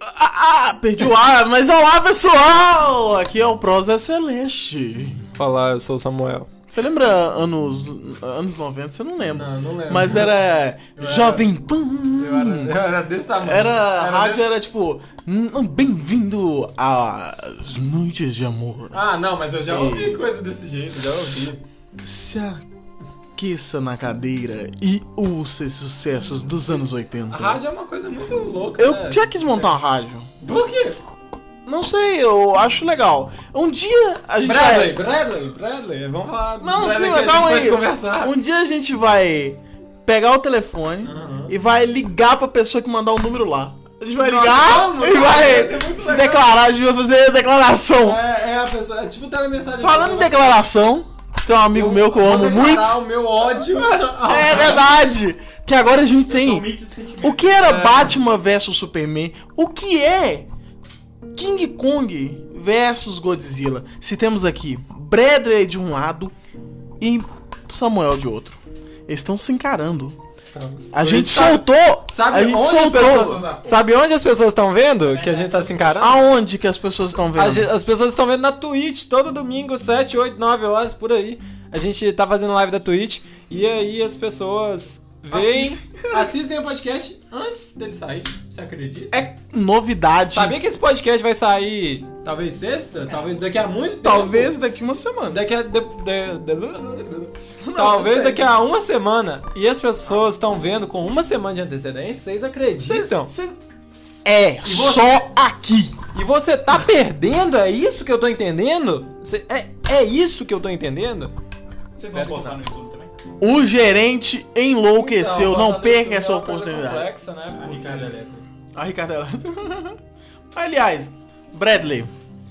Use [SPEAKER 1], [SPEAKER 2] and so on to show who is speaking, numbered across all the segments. [SPEAKER 1] Ah, ah, perdi o ar, mas olá pessoal! Aqui é o Prosa Celeste.
[SPEAKER 2] Olá, eu sou o Samuel.
[SPEAKER 1] Você lembra anos, anos 90? Você não lembra.
[SPEAKER 2] Não, não lembro.
[SPEAKER 1] Mas era
[SPEAKER 2] Eu era-
[SPEAKER 1] Jovem Pan.
[SPEAKER 2] Eu era, eu era desse tamanho.
[SPEAKER 1] Era, a rádio
[SPEAKER 2] desse-
[SPEAKER 1] era tipo, "Hum, bem-vindo às noites de amor.
[SPEAKER 2] Ah, não, mas eu já ouvi coisa desse jeito, já ouvi.
[SPEAKER 1] Se aqueça na cadeira e ouça esses sucessos dos anos
[SPEAKER 2] A
[SPEAKER 1] 80.
[SPEAKER 2] rádio é uma coisa muito louca.
[SPEAKER 1] Eu
[SPEAKER 2] né?
[SPEAKER 1] já quis montar uma rádio.
[SPEAKER 2] Por quê?
[SPEAKER 1] Não sei, eu acho legal. Um dia a gente
[SPEAKER 2] Bradley,
[SPEAKER 1] vai.
[SPEAKER 2] Bradley, Bradley, vamos falar do
[SPEAKER 1] Não,
[SPEAKER 2] Bradley
[SPEAKER 1] sim,
[SPEAKER 2] que a
[SPEAKER 1] mas
[SPEAKER 2] gente
[SPEAKER 1] calma
[SPEAKER 2] pode
[SPEAKER 1] aí.
[SPEAKER 2] conversar.
[SPEAKER 1] Um dia a gente vai pegar o telefone
[SPEAKER 2] Aham.
[SPEAKER 1] e vai ligar pra pessoa que mandar o número lá. A gente vai
[SPEAKER 2] Nossa,
[SPEAKER 1] ligar
[SPEAKER 2] vamos,
[SPEAKER 1] e
[SPEAKER 2] vamos, vai ser
[SPEAKER 1] vai
[SPEAKER 2] muito
[SPEAKER 1] se
[SPEAKER 2] legal.
[SPEAKER 1] declarar, a gente vai fazer declaração.
[SPEAKER 2] É, é a pessoa, é tipo telemensagem.
[SPEAKER 1] Falando em declaração, tem um amigo meu que eu amo
[SPEAKER 2] vou
[SPEAKER 1] muito.
[SPEAKER 2] declarar o meu ódio.
[SPEAKER 1] É verdade! Que agora a gente tem. O que era
[SPEAKER 2] É.
[SPEAKER 1] Batman versus Superman? O que é King Kong versus Godzilla? Se temos aqui Bradley de um lado e Samuel de outro. Eles estão se encarando. A gente soltou.
[SPEAKER 2] Sabe
[SPEAKER 1] a gente
[SPEAKER 2] onde as
[SPEAKER 1] soltou.
[SPEAKER 2] pessoas-
[SPEAKER 3] Sabe onde as pessoas estão vendo que a gente tá se encarando?
[SPEAKER 1] Aonde que as pessoas estão
[SPEAKER 3] A
[SPEAKER 1] vendo?
[SPEAKER 3] ge- as pessoas estão vendo na Twitch todo domingo, 7, 8, 9 horas por aí. A gente tá fazendo live da Twitch e aí as pessoas veem.
[SPEAKER 2] Assistem o podcast antes dele sair, você acredita?
[SPEAKER 1] É novidade.
[SPEAKER 3] Sabia que esse podcast vai sair.
[SPEAKER 2] Talvez sexta, talvez daqui a muito tempo.
[SPEAKER 1] Talvez daqui uma semana.
[SPEAKER 3] Daqui a. de- de- de-
[SPEAKER 1] Não,
[SPEAKER 3] Talvez
[SPEAKER 1] sério.
[SPEAKER 3] daqui a uma semana. E as pessoas estão vendo com uma semana de antecedência, vocês
[SPEAKER 2] Então.
[SPEAKER 3] acreditam?
[SPEAKER 1] Então. É
[SPEAKER 3] você-
[SPEAKER 1] só aqui.
[SPEAKER 3] E você tá perdendo? É isso que eu tô entendendo? Você- é, é isso que eu tô entendendo?
[SPEAKER 4] Vocês vão postar no YouTube também?
[SPEAKER 1] O gerente enlouqueceu.
[SPEAKER 3] Então,
[SPEAKER 1] não
[SPEAKER 3] nossa,
[SPEAKER 1] perca
[SPEAKER 3] é
[SPEAKER 1] essa
[SPEAKER 3] uma coisa
[SPEAKER 1] oportunidade.
[SPEAKER 3] Complexa, né?
[SPEAKER 4] Ah,
[SPEAKER 2] A
[SPEAKER 3] Porque-
[SPEAKER 2] Ricardo Eletro.
[SPEAKER 1] A Ah, Ricardo Eletro. Aliás, Bradley,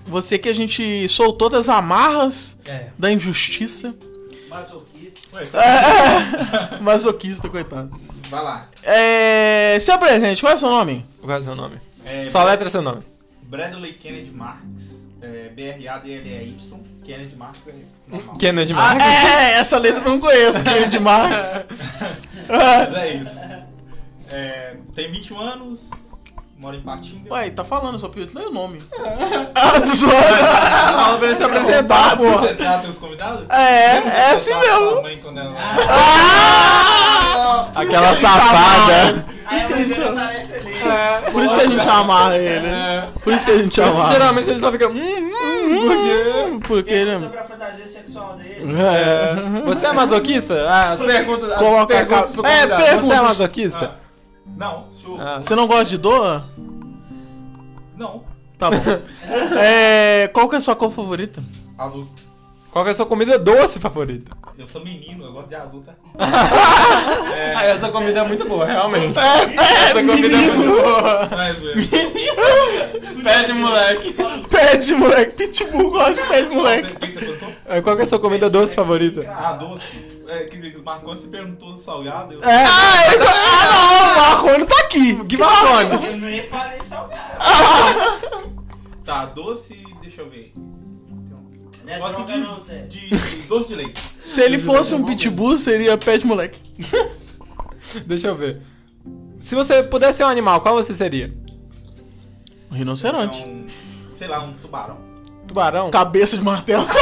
[SPEAKER 1] você que a gente soltou das amarras
[SPEAKER 3] É.
[SPEAKER 1] da injustiça.
[SPEAKER 4] Masoquista.
[SPEAKER 3] Ah.
[SPEAKER 1] Masoquista, coitado.
[SPEAKER 2] Vai lá.
[SPEAKER 1] É, se apresente, qual é o seu nome?
[SPEAKER 3] Qual é o seu nome?
[SPEAKER 4] É,
[SPEAKER 3] Só letra seu nome.
[SPEAKER 4] Bradley Kennedy Marx. É, B-R-A-D-L-E-Y. Kennedy Marx é normal.
[SPEAKER 3] Kennedy
[SPEAKER 1] Ah,
[SPEAKER 3] Marx.
[SPEAKER 1] é, essa letra eu não conheço, que é de Marx.
[SPEAKER 4] Mas é isso. É, tem 21 anos, mora em Patinga.
[SPEAKER 1] Ué, tá falando, só pediu o nome. Ah, tu zoando.
[SPEAKER 3] é,
[SPEAKER 2] Fala pra ele se
[SPEAKER 3] ah, Tá,
[SPEAKER 1] apresentar,
[SPEAKER 4] Como você trata os convidados?
[SPEAKER 1] É, é assim
[SPEAKER 4] Trata sua
[SPEAKER 1] mesmo.
[SPEAKER 4] mãe quando ela- Ah,
[SPEAKER 1] Ah!
[SPEAKER 3] Aquela
[SPEAKER 1] Por isso que a gente amarra
[SPEAKER 3] safada.
[SPEAKER 1] ele. Por isso que a gente amarra-
[SPEAKER 4] excelente.
[SPEAKER 3] É.
[SPEAKER 1] Por isso que a gente amarra ele. Por isso que a gente
[SPEAKER 3] Mas,
[SPEAKER 1] amarra.
[SPEAKER 3] geralmente ele só fica. Hum, hum,
[SPEAKER 1] Hum, Porque ele.
[SPEAKER 4] Sobre a fantasia sexual dele.
[SPEAKER 1] É.
[SPEAKER 3] Você é masoquista? Ah, as perguntas. as
[SPEAKER 1] Coloca a
[SPEAKER 3] perguntas
[SPEAKER 1] ca-
[SPEAKER 3] pro
[SPEAKER 1] É,
[SPEAKER 3] convidado. Você é
[SPEAKER 1] perguntas.
[SPEAKER 3] masoquista?
[SPEAKER 4] Não, show.
[SPEAKER 3] Ah.
[SPEAKER 1] Você não gosta de dor?
[SPEAKER 4] Não.
[SPEAKER 1] Tá bom. É, qual que é a sua cor favorita?
[SPEAKER 4] Azul.
[SPEAKER 3] Qual que é a sua comida doce favorita?
[SPEAKER 4] Eu sou menino, eu gosto de azul, tá?
[SPEAKER 3] Ah, essa comida é muito boa, realmente.
[SPEAKER 1] Essa
[SPEAKER 3] comida é muito boa.
[SPEAKER 4] Mas,
[SPEAKER 3] Pé de moleque.
[SPEAKER 1] Pé de moleque. Pitbull gosta de pé de moleque.
[SPEAKER 4] O que você perguntou?
[SPEAKER 3] Qual que é a sua comida doce favorita?
[SPEAKER 4] Ah, doce. É, que o Marconi se perguntou do salgado. Eu...
[SPEAKER 3] É,
[SPEAKER 1] Ah, ele- ah, não, o Marrone tá aqui.
[SPEAKER 3] que marrone.
[SPEAKER 4] Eu nem falei salgado. Tá, doce, deixa eu ver. Não gosto de, de- de doce de leite.
[SPEAKER 1] Se ele fosse um pitbull, seria pé de moleque.
[SPEAKER 3] Deixa eu ver. Se você pudesse ser um animal, qual você seria?
[SPEAKER 1] Um rinoceronte.
[SPEAKER 4] Então, sei lá, um tubarão.
[SPEAKER 3] Tubarão?
[SPEAKER 1] Cabeça de martelo.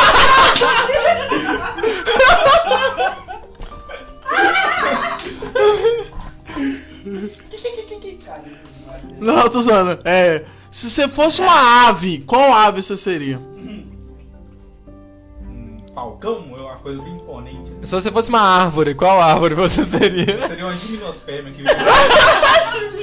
[SPEAKER 1] Não, tô zoando. É. Se você fosse uma ave, qual ave você seria?
[SPEAKER 4] Um falcão é uma coisa bem imponente. assim.
[SPEAKER 3] Se você fosse uma árvore, qual árvore você seria?
[SPEAKER 4] Seria uma gimnosperma que
[SPEAKER 3] O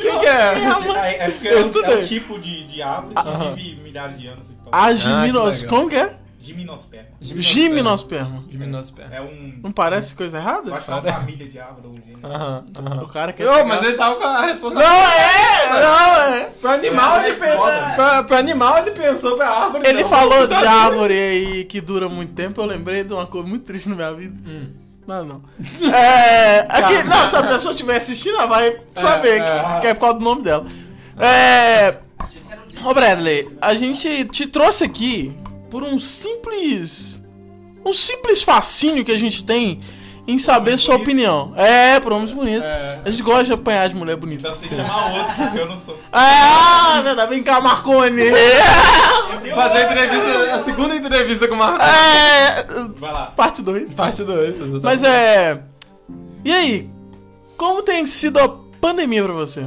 [SPEAKER 3] que, que é?
[SPEAKER 4] é, é porque é
[SPEAKER 3] Eu
[SPEAKER 4] um- é um
[SPEAKER 3] estudei.
[SPEAKER 4] tipo de, de árvore que
[SPEAKER 3] Aham.
[SPEAKER 4] vive milhares de anos. Então.
[SPEAKER 1] A
[SPEAKER 3] Ah, que
[SPEAKER 1] giminos...
[SPEAKER 3] legal.
[SPEAKER 1] Como que é?
[SPEAKER 4] Gimnosperma.
[SPEAKER 1] Gimnosperma.
[SPEAKER 3] Gimnosperma.
[SPEAKER 4] É um.
[SPEAKER 1] Não parece coisa
[SPEAKER 4] Eu
[SPEAKER 1] errada?
[SPEAKER 4] acho que é uma família de árvore. Um gênero.
[SPEAKER 3] Aham, aham.
[SPEAKER 1] O cara quer...
[SPEAKER 3] Ô,
[SPEAKER 1] pegar-
[SPEAKER 3] mas ele tava com a resposta.
[SPEAKER 1] Não é! Não é!
[SPEAKER 3] Pra animal, ele
[SPEAKER 4] É,
[SPEAKER 3] pensou. Pra, pra animal, ele pensou pra árvore.
[SPEAKER 1] Ele
[SPEAKER 3] não.
[SPEAKER 1] falou de árvore aí que dura muito tempo, eu lembrei de uma coisa muito triste na minha vida.
[SPEAKER 3] Hum.
[SPEAKER 1] Não, não. É. Aqui, não, se a pessoa estiver assistindo, ela vai saber
[SPEAKER 3] é.
[SPEAKER 1] que é por causa do nome dela. É. Ô Bradley, a gente te trouxe aqui por um simples. Um simples fascínio que a gente tem em saber sua
[SPEAKER 4] Bonitos.
[SPEAKER 1] opinião. É, por homens bonitos.
[SPEAKER 4] É.
[SPEAKER 1] A gente gosta de apanhar de mulher
[SPEAKER 4] Dá
[SPEAKER 1] bonita.
[SPEAKER 3] Então,
[SPEAKER 4] pra
[SPEAKER 3] assim,
[SPEAKER 4] você Então, chamar outro, porque eu não sou.
[SPEAKER 1] Ah, verdade, vem cá, Marconi.
[SPEAKER 3] Fazer a
[SPEAKER 4] um
[SPEAKER 3] entrevista, a segunda entrevista com o Marcos.
[SPEAKER 1] É,
[SPEAKER 4] Vai lá.
[SPEAKER 1] parte 2.
[SPEAKER 3] Parte 2.
[SPEAKER 1] Mas é. E aí? Como tem sido a pandemia pra você?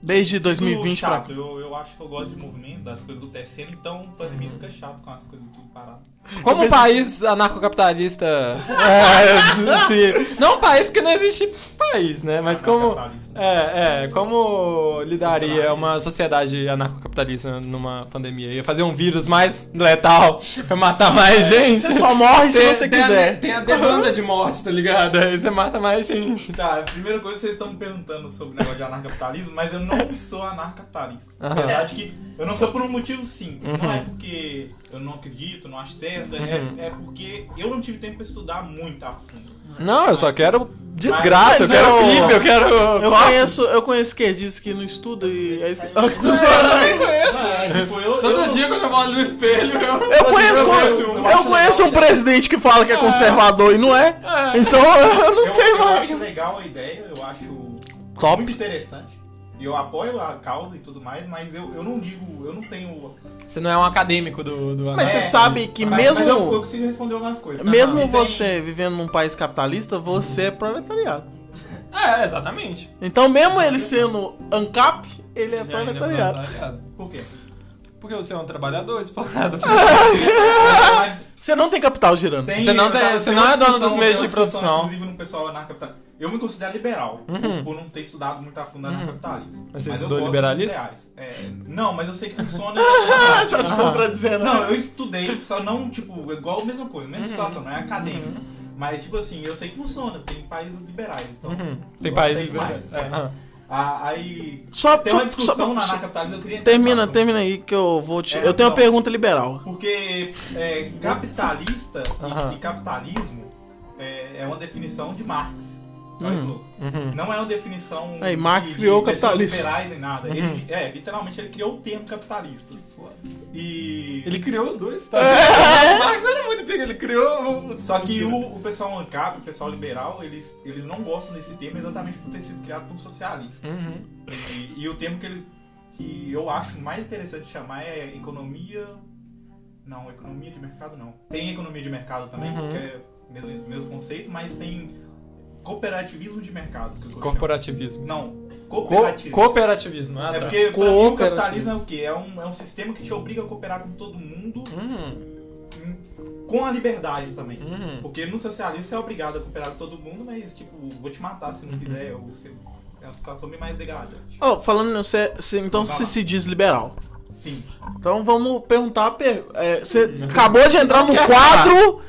[SPEAKER 1] Desde 2020 pra
[SPEAKER 4] chato.
[SPEAKER 1] cá.
[SPEAKER 4] Eu, eu acho que eu gosto de movimento, das coisas acontecendo, então pandemia fica chato com as coisas tudo parado.
[SPEAKER 3] Como um país anarcocapitalista. é, se- não um país, porque não existe país, né? Mas como.
[SPEAKER 4] Anarcocapitalista.
[SPEAKER 3] É, é. Como lidaria uma sociedade anarcocapitalista numa pandemia? Ia fazer um vírus mais letal pra matar mais gente?
[SPEAKER 1] Você só morre se
[SPEAKER 3] Tem-
[SPEAKER 1] você
[SPEAKER 3] É. tem a-
[SPEAKER 1] quiser.
[SPEAKER 3] tem a demanda de morte, tá ligado? Aí você mata mais gente.
[SPEAKER 4] Tá, a primeira coisa vocês estão me perguntando sobre o negócio de anarcapitalismo, mas eu não sou anarcapitalista. Na
[SPEAKER 3] Aham.
[SPEAKER 4] verdade que eu não sou por um motivo simples. Não é
[SPEAKER 3] Uhum.
[SPEAKER 4] porque eu não acredito, não acho certo,
[SPEAKER 3] Uhum.
[SPEAKER 4] é, é porque eu não tive tempo pra estudar muito a fundo.
[SPEAKER 3] Não, eu só quero desgraça, eu
[SPEAKER 1] Mas
[SPEAKER 3] quero
[SPEAKER 1] eu-
[SPEAKER 3] clipe, eu quero.
[SPEAKER 1] Eu
[SPEAKER 3] corte.
[SPEAKER 1] conheço, eu conheço que diz que não estuda e. é isso-
[SPEAKER 3] Eu também conheço.
[SPEAKER 4] Não, é, tipo, eu,
[SPEAKER 3] Todo
[SPEAKER 4] eu,
[SPEAKER 3] dia quando eu olho no espelho, eu.
[SPEAKER 1] Eu conheço,
[SPEAKER 3] eu vejo
[SPEAKER 1] eu
[SPEAKER 3] um-
[SPEAKER 1] eu conheço um presidente que fala que é conservador e não é.
[SPEAKER 3] É.
[SPEAKER 1] Então eu não
[SPEAKER 4] eu-
[SPEAKER 1] sei
[SPEAKER 4] eu
[SPEAKER 1] mais.
[SPEAKER 4] acho legal a ideia, eu acho muito
[SPEAKER 1] Top.
[SPEAKER 4] interessante. E eu apoio a causa e tudo mais, mas eu, eu não digo, eu não tenho.
[SPEAKER 3] Você não é um acadêmico do. do
[SPEAKER 1] Mas você
[SPEAKER 4] É, um
[SPEAKER 1] sabe que
[SPEAKER 4] mas,
[SPEAKER 1] mesmo.
[SPEAKER 4] mas eu, eu consigo responder algumas coisas. Tá,
[SPEAKER 1] Mesmo
[SPEAKER 4] Tem-
[SPEAKER 1] você vivendo num país capitalista, você é proletariado.
[SPEAKER 3] É, exatamente.
[SPEAKER 1] Então, mesmo ele sendo ANCAP, ele é proletariado.
[SPEAKER 4] Por quê?
[SPEAKER 3] Porque você é um trabalhador explorado.
[SPEAKER 4] Mas
[SPEAKER 1] Você não tem capital girando.
[SPEAKER 4] Tem-
[SPEAKER 3] Você não tem-
[SPEAKER 4] tá,
[SPEAKER 3] você não
[SPEAKER 4] uma
[SPEAKER 3] é dono
[SPEAKER 4] discussão,
[SPEAKER 3] dos meios
[SPEAKER 4] tem uma
[SPEAKER 3] de
[SPEAKER 4] discussão,
[SPEAKER 3] produção.
[SPEAKER 4] Inclusive no pessoal anarcapital. Eu me considero liberal, por-
[SPEAKER 3] Uhum.
[SPEAKER 4] por não ter estudado muito a fundo
[SPEAKER 3] Uhum.
[SPEAKER 4] anarcapitalismo.
[SPEAKER 3] Mas você
[SPEAKER 4] eu
[SPEAKER 3] estudou
[SPEAKER 4] gosto dos
[SPEAKER 3] liberalismo?
[SPEAKER 4] ideais. É, não, mas eu sei que funciona. Tipo,
[SPEAKER 1] Tá se contradizendo.
[SPEAKER 4] não, eu estudei, só não, tipo, igual a mesma coisa,
[SPEAKER 1] Uhum.
[SPEAKER 4] mesma situação, não é acadêmico. Mas, tipo assim, eu sei que funciona, tem países liberais. Então,
[SPEAKER 1] Uhum.
[SPEAKER 3] Uhum. Tem
[SPEAKER 4] eu
[SPEAKER 3] país
[SPEAKER 4] aceito mais.
[SPEAKER 3] É.
[SPEAKER 4] É. Ah, aí.
[SPEAKER 1] Só,
[SPEAKER 4] Tem uma
[SPEAKER 1] só-
[SPEAKER 4] discussão
[SPEAKER 1] só-
[SPEAKER 4] na
[SPEAKER 1] só-
[SPEAKER 4] anarcapitalismo, eu queria entrar
[SPEAKER 1] Termina,
[SPEAKER 4] nesse assunto.
[SPEAKER 1] termina aí que eu vou te.
[SPEAKER 4] É,
[SPEAKER 1] eu tenho uma
[SPEAKER 4] então.
[SPEAKER 1] pergunta liberal.
[SPEAKER 4] Porque é, capitalista e-
[SPEAKER 3] Aham.
[SPEAKER 4] e, capitalismo é, é uma definição de Marx. Olha que
[SPEAKER 1] Uhum.
[SPEAKER 4] louco. Não é uma definição.
[SPEAKER 1] Aí, Marx criou o
[SPEAKER 4] pessoas
[SPEAKER 1] capitalismo.
[SPEAKER 4] liberais em nada.
[SPEAKER 3] Uhum.
[SPEAKER 4] Ele, é, literalmente ele criou o termo capitalista. E.
[SPEAKER 3] Ele criou os dois, tá?
[SPEAKER 1] É.
[SPEAKER 3] O Marx era muito pica, ele criou os...
[SPEAKER 4] Só que o, o pessoal ANCAP, o pessoal liberal, eles, eles não gostam desse termo exatamente por ter sido criado por um socialista.
[SPEAKER 3] Uhum.
[SPEAKER 4] E, e o termo que eles. que eu acho mais interessante chamar é economia. Não, economia de mercado não. Tem economia de mercado também,
[SPEAKER 3] Uhum.
[SPEAKER 4] que é o mesmo, mesmo conceito, mas tem cooperativismo de mercado. Que eu chamo.
[SPEAKER 3] Corporativismo.
[SPEAKER 4] Não,
[SPEAKER 3] Co
[SPEAKER 4] cooperativismo.
[SPEAKER 3] cooperativismo, ah,
[SPEAKER 4] É
[SPEAKER 3] tá.
[SPEAKER 4] porque pra mim, o
[SPEAKER 1] Cooperativismo.
[SPEAKER 4] capitalismo é o quê? É um, é um sistema que te obriga a cooperar com todo mundo
[SPEAKER 3] Uhum.
[SPEAKER 4] com a liberdade também.
[SPEAKER 3] Uhum.
[SPEAKER 4] Porque no socialismo você é obrigado a cooperar com todo mundo, mas tipo, vou te matar se não fizer, ou se- é uma situação bem mais degradante.
[SPEAKER 1] Ô, falando, nisso, você, você- então
[SPEAKER 4] Vai
[SPEAKER 1] você
[SPEAKER 4] lá.
[SPEAKER 1] se diz liberal.
[SPEAKER 4] Sim.
[SPEAKER 1] Então vamos perguntar. a per- é, você acabou de entrar no quadro.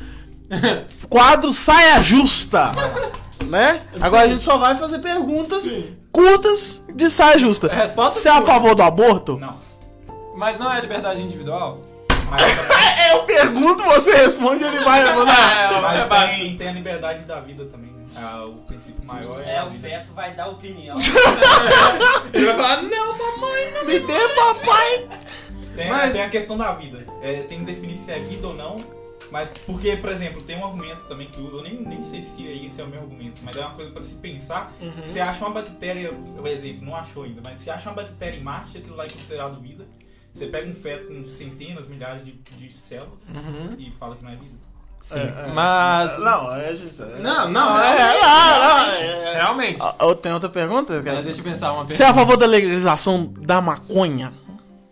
[SPEAKER 1] Quadro saia justa. Né? Agora a gente só vai fazer perguntas curtas de saia justa.
[SPEAKER 3] É, resposta
[SPEAKER 1] Você é a
[SPEAKER 3] curta.
[SPEAKER 1] favor do aborto?
[SPEAKER 4] Não.
[SPEAKER 3] Mas não é liberdade individual?
[SPEAKER 4] Mas,
[SPEAKER 1] É, Eu pergunto, você responde, ele vai mandar.
[SPEAKER 4] mas
[SPEAKER 3] bate.
[SPEAKER 4] tem, tem a liberdade da vida também, né? Ah, o princípio maior é,
[SPEAKER 5] É,
[SPEAKER 4] a
[SPEAKER 5] o
[SPEAKER 4] vida.
[SPEAKER 5] feto vai dar opinião.
[SPEAKER 3] Ele vai falar, não, mamãe, não me dê papai.
[SPEAKER 4] Tem,
[SPEAKER 3] Mas-
[SPEAKER 4] tem a questão da vida. É, tem que definir se é vida ou não. Mas porque, por exemplo, tem um argumento também que usa, eu nem, nem sei se é esse é o meu argumento, mas é uma coisa pra se pensar.
[SPEAKER 1] Uhum.
[SPEAKER 4] Você acha uma bactéria, por exemplo, não achou ainda, mas você acha uma bactéria em Marte, aquilo lá é considerado vida. Você pega um feto com centenas, milhares de, de células
[SPEAKER 3] Uhum.
[SPEAKER 4] e fala que não é vida.
[SPEAKER 3] Sim,
[SPEAKER 1] É, é.
[SPEAKER 3] mas...
[SPEAKER 1] Não, é gente.
[SPEAKER 3] Não,
[SPEAKER 1] Não,
[SPEAKER 3] não,
[SPEAKER 1] é, não, é, é.
[SPEAKER 3] Realmente.
[SPEAKER 1] Ah, Eu tenho outra pergunta?
[SPEAKER 3] Pera,
[SPEAKER 1] cara?
[SPEAKER 3] deixa eu pensar uma
[SPEAKER 1] Você é a favor da legalização da maconha?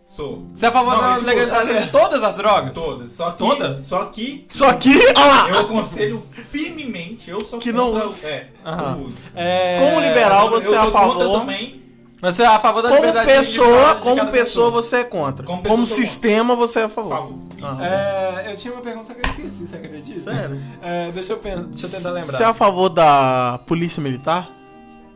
[SPEAKER 4] Sou.
[SPEAKER 3] Você é a favor
[SPEAKER 4] Não,
[SPEAKER 3] da
[SPEAKER 4] mas, tipo,
[SPEAKER 3] legalização
[SPEAKER 4] é.
[SPEAKER 3] de todas as drogas?
[SPEAKER 4] Todas. Só que.
[SPEAKER 3] Todas?
[SPEAKER 4] Só que.
[SPEAKER 1] Só que, olha
[SPEAKER 4] Eu
[SPEAKER 1] lá!
[SPEAKER 4] aconselho firmemente, eu sou
[SPEAKER 1] Ah! Que não
[SPEAKER 4] contra
[SPEAKER 1] use.
[SPEAKER 4] o. É,
[SPEAKER 3] Aham.
[SPEAKER 4] o uso.
[SPEAKER 3] É...
[SPEAKER 1] Como liberal você
[SPEAKER 4] eu
[SPEAKER 1] é a
[SPEAKER 4] sou contra
[SPEAKER 1] favor?
[SPEAKER 4] também,
[SPEAKER 3] Mas você é a favor da
[SPEAKER 1] Como
[SPEAKER 3] liberdade individual
[SPEAKER 1] pessoa,
[SPEAKER 3] de
[SPEAKER 1] como
[SPEAKER 3] cada
[SPEAKER 1] pessoa
[SPEAKER 3] pessoa.
[SPEAKER 1] você é contra. Como,
[SPEAKER 4] Como pessoa, eu sou
[SPEAKER 1] sistema você é a favor.
[SPEAKER 4] Por favor.
[SPEAKER 1] Ah.
[SPEAKER 3] É, eu tinha uma pergunta que eu esqueci, você acredita?
[SPEAKER 1] Tá
[SPEAKER 3] É, deixa eu, pen- deixa eu tentar lembrar.
[SPEAKER 1] Você é a favor da polícia militar?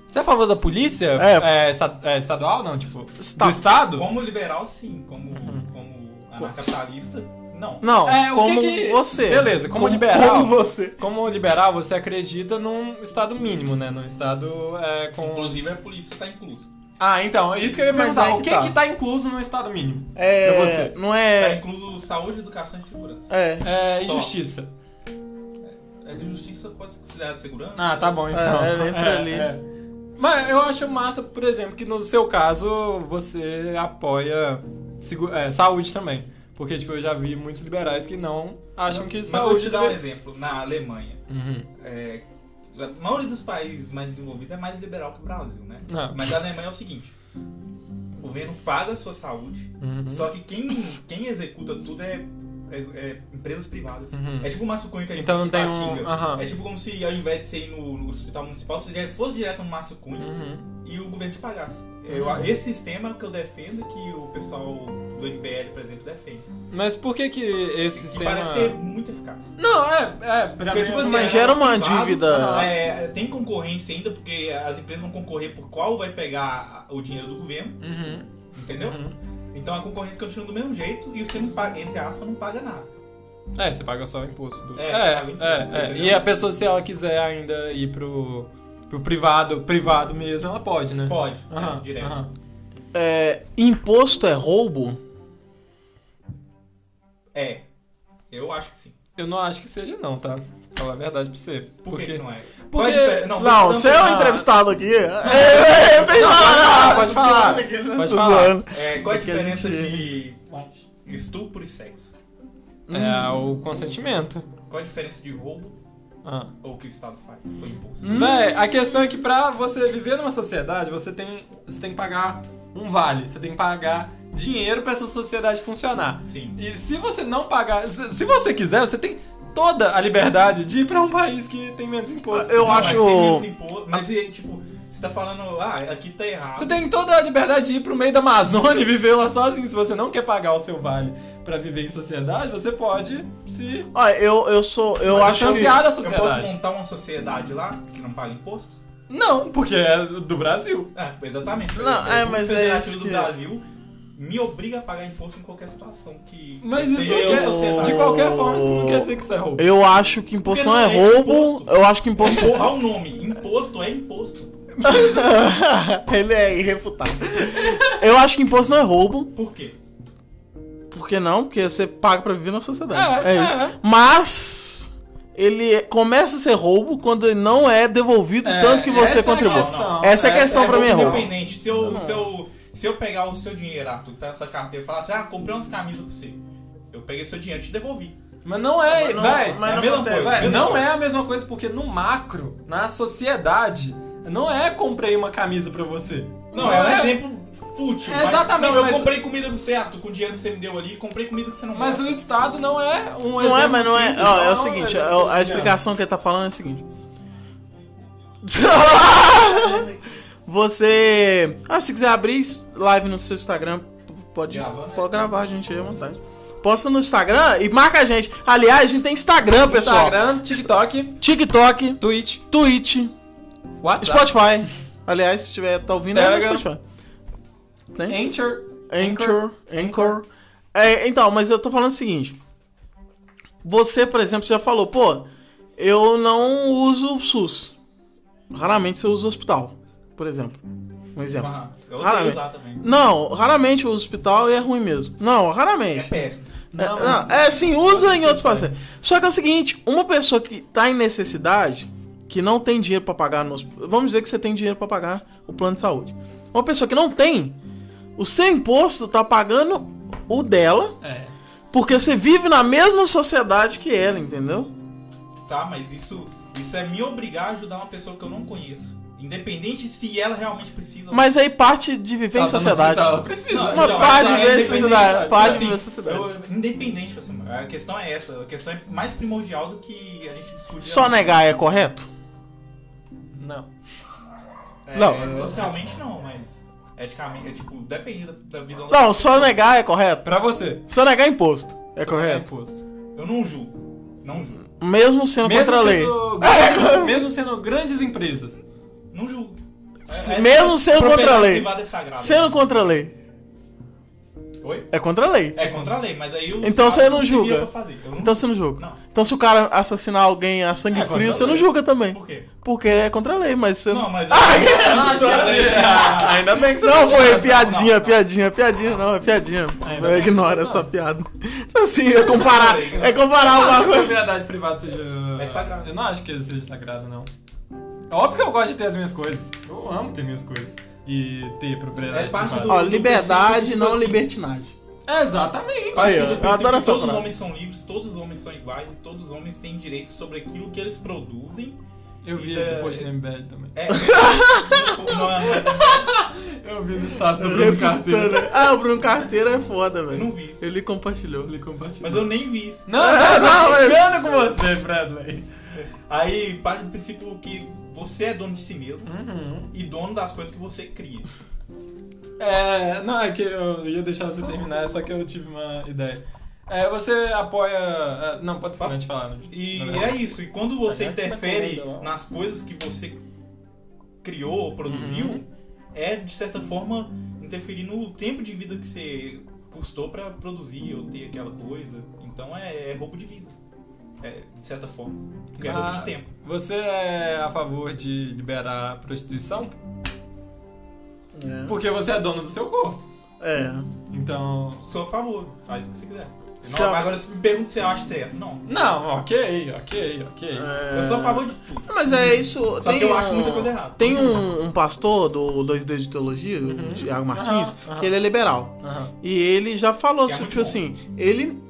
[SPEAKER 3] Você é a favor da polícia?
[SPEAKER 1] É.
[SPEAKER 3] esta- é, estadual, não? Tipo,
[SPEAKER 1] Estado.
[SPEAKER 3] do estado?
[SPEAKER 4] Como liberal, sim. Como,
[SPEAKER 3] Uhum.
[SPEAKER 4] como anarcapitalista, não.
[SPEAKER 1] Não,
[SPEAKER 3] É, o que
[SPEAKER 1] como
[SPEAKER 3] que-
[SPEAKER 1] você.
[SPEAKER 3] Beleza, como liberal.
[SPEAKER 1] Como você.
[SPEAKER 3] Como liberal, você acredita num estado mínimo, né? Num estado é, com...
[SPEAKER 4] Inclusive a polícia tá incluso.
[SPEAKER 3] Ah, então, isso que eu ia
[SPEAKER 1] Mas
[SPEAKER 3] perguntar.
[SPEAKER 1] aí
[SPEAKER 3] O
[SPEAKER 1] que
[SPEAKER 3] que
[SPEAKER 1] tá.
[SPEAKER 3] que tá incluso no estado mínimo?
[SPEAKER 1] É,
[SPEAKER 3] É você.
[SPEAKER 1] não
[SPEAKER 4] Tá
[SPEAKER 1] é...
[SPEAKER 4] incluso saúde, educação e segurança.
[SPEAKER 1] É,
[SPEAKER 3] É,
[SPEAKER 4] Só.
[SPEAKER 3] injustiça.
[SPEAKER 4] É que justiça pode ser considerada segurança?
[SPEAKER 3] Ah, tá bom então.
[SPEAKER 1] É, entra ali.
[SPEAKER 3] Mas eu acho massa, por exemplo, que no seu caso você apoia segu- é, saúde também. Porque, tipo, eu já vi muitos liberais que não acham que
[SPEAKER 4] Mas vou
[SPEAKER 3] saúde.
[SPEAKER 4] te dar um
[SPEAKER 3] deve-
[SPEAKER 4] exemplo. Na Alemanha,
[SPEAKER 3] Uhum.
[SPEAKER 4] é, a maioria dos países mais desenvolvidos é mais liberal que o Brasil, né?
[SPEAKER 3] Não.
[SPEAKER 4] Mas a Alemanha é o seguinte: o governo paga a sua saúde,
[SPEAKER 3] Uhum.
[SPEAKER 4] só que quem, quem executa tudo é, é- é empresas privadas.
[SPEAKER 3] Uhum.
[SPEAKER 4] É tipo uma maçucunha que a gente
[SPEAKER 3] Então não
[SPEAKER 4] tem
[SPEAKER 3] tem
[SPEAKER 4] aqui em
[SPEAKER 3] um.
[SPEAKER 4] Patinga.
[SPEAKER 3] Aham.
[SPEAKER 4] É tipo como se ao invés de você ir no, no hospital municipal, você já fosse direto no Maçucunha
[SPEAKER 3] Uhum.
[SPEAKER 4] e o governo te pagasse. Eu-
[SPEAKER 3] Uhum.
[SPEAKER 4] esse sistema é o que eu defendo que o pessoal do MBL, por exemplo, defende.
[SPEAKER 3] Mas por que que esse
[SPEAKER 4] Que
[SPEAKER 3] sistema.
[SPEAKER 4] parece ser muito eficaz.
[SPEAKER 3] Não, é, é, pra mim.
[SPEAKER 4] Porque, tipo assim,
[SPEAKER 1] mas
[SPEAKER 4] é
[SPEAKER 1] gera uma
[SPEAKER 4] privado,
[SPEAKER 1] dívida.
[SPEAKER 4] é, tem concorrência ainda, porque as empresas vão concorrer por qual vai pegar o dinheiro do governo,
[SPEAKER 3] Uhum.
[SPEAKER 4] é entendeu?
[SPEAKER 3] Uhum.
[SPEAKER 4] Então a concorrência continua do mesmo jeito e você não paga, entre aspas, não paga nada.
[SPEAKER 3] É, você paga só o imposto. Do...
[SPEAKER 4] É,
[SPEAKER 3] é,
[SPEAKER 4] paga o imposto, você
[SPEAKER 3] é, é.
[SPEAKER 4] entendeu?
[SPEAKER 3] E a pessoa, se ela quiser ainda ir pro, pro privado, privado mesmo, ela pode, né?
[SPEAKER 4] Pode,
[SPEAKER 3] Aham,
[SPEAKER 4] né, direto.
[SPEAKER 3] aham.
[SPEAKER 1] É, imposto é roubo?
[SPEAKER 4] É. Eu acho que sim.
[SPEAKER 3] Eu não acho que seja, não, tá? Falar a verdade pra você.
[SPEAKER 4] Por que que não é? Qual é a
[SPEAKER 3] Porque.
[SPEAKER 4] diferença? Não,
[SPEAKER 1] Não,
[SPEAKER 4] vamos
[SPEAKER 1] você é o
[SPEAKER 4] tampar-
[SPEAKER 1] entrevistado aqui. É, é,
[SPEAKER 3] Ah,
[SPEAKER 1] bem lá.
[SPEAKER 3] Pode falar, pode falar. Pode
[SPEAKER 1] Tô
[SPEAKER 3] falar.
[SPEAKER 1] zoando.
[SPEAKER 4] É, qual é a
[SPEAKER 1] Porque a
[SPEAKER 4] diferença de
[SPEAKER 2] Bate.
[SPEAKER 4] estupro e sexo?
[SPEAKER 3] É o consentimento.
[SPEAKER 4] Qual a diferença de roubo
[SPEAKER 3] Ah.
[SPEAKER 4] ou o que o Estado faz? Ou impulso?
[SPEAKER 1] Hum.
[SPEAKER 3] Véi, a questão é que pra você viver numa sociedade, você tem, você tem que pagar um vale. Você tem que pagar dinheiro pra essa sociedade
[SPEAKER 1] Hum.
[SPEAKER 3] funcionar.
[SPEAKER 4] Sim.
[SPEAKER 3] E se você não pagar. Se, se você quiser, você tem toda a liberdade de ir pra um país que tem menos imposto.
[SPEAKER 1] Eu
[SPEAKER 4] Não, mas
[SPEAKER 1] acho-
[SPEAKER 4] tem menos imposto, Mas, é, tipo, você tá falando, ah, aqui tá errado.
[SPEAKER 3] Você tem toda a liberdade de ir pro meio da Amazônia e viver lá sozinho. Se você não quer pagar o seu vale pra viver em sociedade, você pode se
[SPEAKER 1] Olha, eu, eu sou. Eu
[SPEAKER 3] é
[SPEAKER 1] acho que.
[SPEAKER 3] distanciar da
[SPEAKER 4] Eu posso
[SPEAKER 3] sociedade.
[SPEAKER 4] montar uma sociedade lá que não paga imposto?
[SPEAKER 3] Não, porque é do Brasil.
[SPEAKER 4] É, exatamente.
[SPEAKER 1] Não, é, mas
[SPEAKER 4] o
[SPEAKER 1] é
[SPEAKER 4] Federativo
[SPEAKER 1] isso
[SPEAKER 4] do
[SPEAKER 1] que-
[SPEAKER 4] Brasil me obriga a pagar imposto em qualquer situação que.
[SPEAKER 3] Mas isso
[SPEAKER 4] esteja
[SPEAKER 1] não
[SPEAKER 3] quer-
[SPEAKER 4] na sociedade.
[SPEAKER 3] de qualquer forma, isso não quer dizer que isso é roubo.
[SPEAKER 1] Eu acho que imposto
[SPEAKER 4] Porque
[SPEAKER 1] não
[SPEAKER 4] não
[SPEAKER 1] é
[SPEAKER 4] é
[SPEAKER 1] roubo.
[SPEAKER 4] imposto.
[SPEAKER 1] Eu acho que imposto.
[SPEAKER 4] Olha É o nome, imposto é imposto.
[SPEAKER 1] Ele é irrefutável. Eu acho que imposto não é roubo.
[SPEAKER 4] Por quê?
[SPEAKER 1] Por que não? Porque você paga pra viver na sociedade.
[SPEAKER 3] É,
[SPEAKER 1] É, isso.
[SPEAKER 3] é.
[SPEAKER 1] Mas. Ele é- começa a ser roubo quando ele não é devolvido o
[SPEAKER 3] É,
[SPEAKER 1] tanto que você
[SPEAKER 3] essa é a
[SPEAKER 1] contribui.
[SPEAKER 3] questão.
[SPEAKER 1] essa é a questão
[SPEAKER 4] É
[SPEAKER 1] pra mim é
[SPEAKER 4] roubo
[SPEAKER 1] roubo.
[SPEAKER 4] independente. Se eu, se, eu, se eu pegar o seu dinheiro, Arthur, que tá na sua carteira e falar assim, ah, comprei umas camisas pra você. Eu peguei seu dinheiro e te devolvi.
[SPEAKER 3] Mas não é,
[SPEAKER 1] Mas não-
[SPEAKER 3] véi.
[SPEAKER 1] mas
[SPEAKER 4] é
[SPEAKER 1] não
[SPEAKER 4] a mesma
[SPEAKER 1] acontece.
[SPEAKER 4] coisa.
[SPEAKER 3] Véi,
[SPEAKER 4] mesma
[SPEAKER 3] não
[SPEAKER 4] coisa.
[SPEAKER 3] é a mesma coisa, porque no macro, na sociedade, não é comprei uma camisa pra você.
[SPEAKER 4] Não, é um exemplo fútil.
[SPEAKER 3] É
[SPEAKER 4] mas-
[SPEAKER 3] exatamente,
[SPEAKER 4] Não, eu
[SPEAKER 3] mas-
[SPEAKER 4] comprei comida pro você, Arthur, com o dinheiro que você me deu ali, comprei comida que você não
[SPEAKER 3] Mas
[SPEAKER 4] gosta.
[SPEAKER 3] o Estado não é um exemplo.
[SPEAKER 1] Não é, mas não é.
[SPEAKER 3] simples,
[SPEAKER 1] ó, é
[SPEAKER 3] não
[SPEAKER 1] o seguinte,
[SPEAKER 3] um
[SPEAKER 1] a-
[SPEAKER 3] exemplo
[SPEAKER 1] a,
[SPEAKER 3] simples.
[SPEAKER 1] explicação que ele tá falando é o seguinte. Você. Ah, se quiser abrir live no seu Instagram, pode,
[SPEAKER 4] Grava, né?
[SPEAKER 1] pode gravar a gente aí à vontade. Posta no Instagram e marca a gente. Aliás, a gente tem Instagram, pessoal.
[SPEAKER 3] Instagram, TikTok,
[SPEAKER 1] TikTok,
[SPEAKER 3] Twitch,
[SPEAKER 1] Twitch,
[SPEAKER 3] WhatsApp,
[SPEAKER 1] Spotify. Aliás, se estiver tá ouvindo, é
[SPEAKER 3] Telegram.
[SPEAKER 1] no Spotify. Tem?
[SPEAKER 3] Anchor.
[SPEAKER 1] Anchor, Anchor. É, então, mas eu tô falando o seguinte. Você, por exemplo, já falou, pô, eu não uso o SUS. Raramente você usa o hospital, por exemplo. Um exemplo.
[SPEAKER 4] Aham, Eu
[SPEAKER 1] Raramente.
[SPEAKER 4] odeio usar também.
[SPEAKER 1] Não, raramente eu uso o hospital e é ruim mesmo. Não,
[SPEAKER 4] É
[SPEAKER 1] raramente.
[SPEAKER 4] péssimo.
[SPEAKER 1] É,
[SPEAKER 3] Não,
[SPEAKER 1] não,
[SPEAKER 3] mas-
[SPEAKER 1] é assim, usa em outros países. Só que é o seguinte, uma pessoa que tá em necessidade, que não tem dinheiro pra pagar no hosp- vamos dizer que você tem dinheiro pra pagar o plano de saúde. Uma pessoa que não tem, o seu imposto tá pagando o dela,
[SPEAKER 3] É.
[SPEAKER 1] porque você vive na mesma sociedade que ela, entendeu?
[SPEAKER 4] Tá, mas isso, isso é me obrigar a ajudar uma pessoa que eu não conheço. Independente se ela realmente precisa. ou
[SPEAKER 1] Mas aí parte de viver em
[SPEAKER 3] Tá dando
[SPEAKER 1] sociedade.
[SPEAKER 3] hospital, Precisa.
[SPEAKER 4] Não,
[SPEAKER 1] Uma
[SPEAKER 4] Então,
[SPEAKER 1] parte de
[SPEAKER 4] mas
[SPEAKER 1] viver
[SPEAKER 4] é
[SPEAKER 1] em sociedade,
[SPEAKER 4] independente,
[SPEAKER 1] parte de
[SPEAKER 4] assim,
[SPEAKER 1] viver em sociedade.
[SPEAKER 4] Eu- independente, assim, a questão é essa. A questão é mais primordial do que a gente discute.
[SPEAKER 1] Só negar é correto?
[SPEAKER 3] Não.
[SPEAKER 4] É,
[SPEAKER 1] Não.
[SPEAKER 4] é, socialmente não, mas eticamente, é tipo, depende da, da visão.
[SPEAKER 1] Não, só negar é correto.
[SPEAKER 3] Pra você.
[SPEAKER 1] Só negar imposto é
[SPEAKER 3] É
[SPEAKER 1] correto.
[SPEAKER 3] imposto.
[SPEAKER 4] Eu não julgo. Não julgo.
[SPEAKER 1] Mesmo sendo contra a lei.
[SPEAKER 3] sendo, mesmo sendo grandes empresas.
[SPEAKER 4] Não julgo. É,
[SPEAKER 1] Se- mesmo sendo
[SPEAKER 4] propriedade
[SPEAKER 1] contra a lei.
[SPEAKER 4] privada é sagrada.
[SPEAKER 1] Sendo contra a lei.
[SPEAKER 4] Oi?
[SPEAKER 1] É contra a lei.
[SPEAKER 4] É contra a lei, mas aí o
[SPEAKER 1] Então
[SPEAKER 4] Estado
[SPEAKER 1] você não
[SPEAKER 4] devia
[SPEAKER 1] julga.
[SPEAKER 4] pra Fazer. Eu não
[SPEAKER 1] Então você não julga.
[SPEAKER 4] Não.
[SPEAKER 1] Então se o cara assassinar alguém a sangue
[SPEAKER 3] É,
[SPEAKER 1] frio,
[SPEAKER 3] contra a
[SPEAKER 1] você não
[SPEAKER 3] lei.
[SPEAKER 1] julga também.
[SPEAKER 4] Por quê?
[SPEAKER 1] Porque é contra a lei, mas você
[SPEAKER 4] Não, mas.
[SPEAKER 3] Ah, acho que
[SPEAKER 4] Mas aí-
[SPEAKER 3] é- Ainda bem que é você
[SPEAKER 1] Não, foi
[SPEAKER 4] não,
[SPEAKER 1] piadinha,
[SPEAKER 4] não, não.
[SPEAKER 1] piadinha, piadinha, não, é piadinha.
[SPEAKER 3] Ainda
[SPEAKER 1] Eu
[SPEAKER 3] bem.
[SPEAKER 1] ignoro essa piada. Assim, é comparar,
[SPEAKER 4] Ainda bem.
[SPEAKER 1] é comparar
[SPEAKER 3] Ah,
[SPEAKER 1] uma
[SPEAKER 3] que a
[SPEAKER 1] coisa.
[SPEAKER 3] propriedade privada seja.
[SPEAKER 4] é sagrado.
[SPEAKER 3] Eu não acho que ele seja sagrado, não. É óbvio que eu gosto de ter as minhas coisas. Eu amo ter minhas coisas. E ter propriedade.
[SPEAKER 4] É parte
[SPEAKER 3] privada. É,
[SPEAKER 4] do-
[SPEAKER 1] Ó, liberdade,
[SPEAKER 4] princípio,
[SPEAKER 1] não
[SPEAKER 4] tipo assim.
[SPEAKER 1] libertinagem.
[SPEAKER 2] Exatamente.
[SPEAKER 1] Aí,
[SPEAKER 4] Partindo
[SPEAKER 1] ó, né?
[SPEAKER 4] do
[SPEAKER 1] eu
[SPEAKER 4] princípio
[SPEAKER 1] adoro
[SPEAKER 4] que
[SPEAKER 1] essa
[SPEAKER 4] todos os
[SPEAKER 1] frase.
[SPEAKER 4] homens são livres, todos os homens são iguais e todos os homens têm direito sobre aquilo que eles produzem.
[SPEAKER 3] Eu vi
[SPEAKER 4] É.
[SPEAKER 3] esse post no MBL também.
[SPEAKER 4] É, não,
[SPEAKER 3] Eu vi no status do Bruno Carteiro.
[SPEAKER 1] Refutando. Ah, o Bruno Carteira é foda,
[SPEAKER 4] eu
[SPEAKER 1] velho.
[SPEAKER 4] não vi isso.
[SPEAKER 1] Ele compartilhou.
[SPEAKER 3] Ele compartilhou.
[SPEAKER 4] Mas eu nem vi isso.
[SPEAKER 3] Não, não,
[SPEAKER 1] Não,
[SPEAKER 3] não,
[SPEAKER 1] mas-
[SPEAKER 3] eu tô brincando com você, Bradley.
[SPEAKER 4] Aí parte do princípio que você é dono de si mesmo
[SPEAKER 3] Uhum.
[SPEAKER 4] e dono das coisas que você cria.
[SPEAKER 3] É, não, é que eu ia deixar você terminar, só que eu tive uma ideia. É, você apoia. é, Não, pode falar, te falar. né?
[SPEAKER 4] E
[SPEAKER 3] na
[SPEAKER 4] é
[SPEAKER 3] verdade.
[SPEAKER 4] isso. E quando
[SPEAKER 3] Tá,
[SPEAKER 4] você
[SPEAKER 3] né?
[SPEAKER 4] interfere
[SPEAKER 3] Tá bom, tá bom.
[SPEAKER 4] nas coisas que você criou ou produziu,
[SPEAKER 3] Uhum.
[SPEAKER 4] é de certa forma interferir no tempo de vida que você custou pra produzir ou ter aquela coisa. Então é, é roubo de vida. É, de certa forma. Porque é roubo
[SPEAKER 3] Ah.
[SPEAKER 4] de tempo.
[SPEAKER 3] Você é a favor de liberar a prostituição? Porque você é dono do seu corpo.
[SPEAKER 1] É.
[SPEAKER 3] Então.
[SPEAKER 4] Sou a favor. Faz o que você quiser.
[SPEAKER 1] Se
[SPEAKER 4] Não,
[SPEAKER 1] a-
[SPEAKER 4] agora você me pergunta se eu acho certo. Não.
[SPEAKER 3] Não, ok, ok, ok.
[SPEAKER 1] é.
[SPEAKER 4] Eu sou a favor de tudo.
[SPEAKER 1] Mas é isso.
[SPEAKER 4] Só
[SPEAKER 1] tem
[SPEAKER 4] que eu acho
[SPEAKER 1] um-
[SPEAKER 4] muita coisa errada.
[SPEAKER 1] Tem um, um pastor do 2D de Teologia,
[SPEAKER 3] Uhum.
[SPEAKER 1] o Thiago Martins,
[SPEAKER 3] Aham, aham.
[SPEAKER 1] que ele é liberal.
[SPEAKER 3] Aham.
[SPEAKER 1] E ele já falou,
[SPEAKER 4] Que é
[SPEAKER 1] assim,
[SPEAKER 4] muito
[SPEAKER 1] tipo
[SPEAKER 4] bom.
[SPEAKER 1] assim, ele.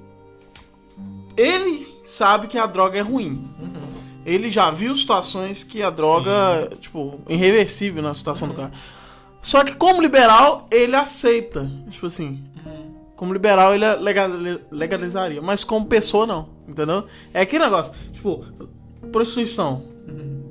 [SPEAKER 1] Ele sabe que a droga é ruim.
[SPEAKER 3] Uhum.
[SPEAKER 1] Ele já viu situações que a droga, tipo, irreversível na situação
[SPEAKER 4] Uhum.
[SPEAKER 1] do cara. Só que como liberal, ele aceita. Tipo assim,
[SPEAKER 3] Uhum.
[SPEAKER 1] como liberal ele legali- legalizaria, mas como pessoa não, entendeu? É aquele negócio, tipo, prostituição,
[SPEAKER 3] Uhum.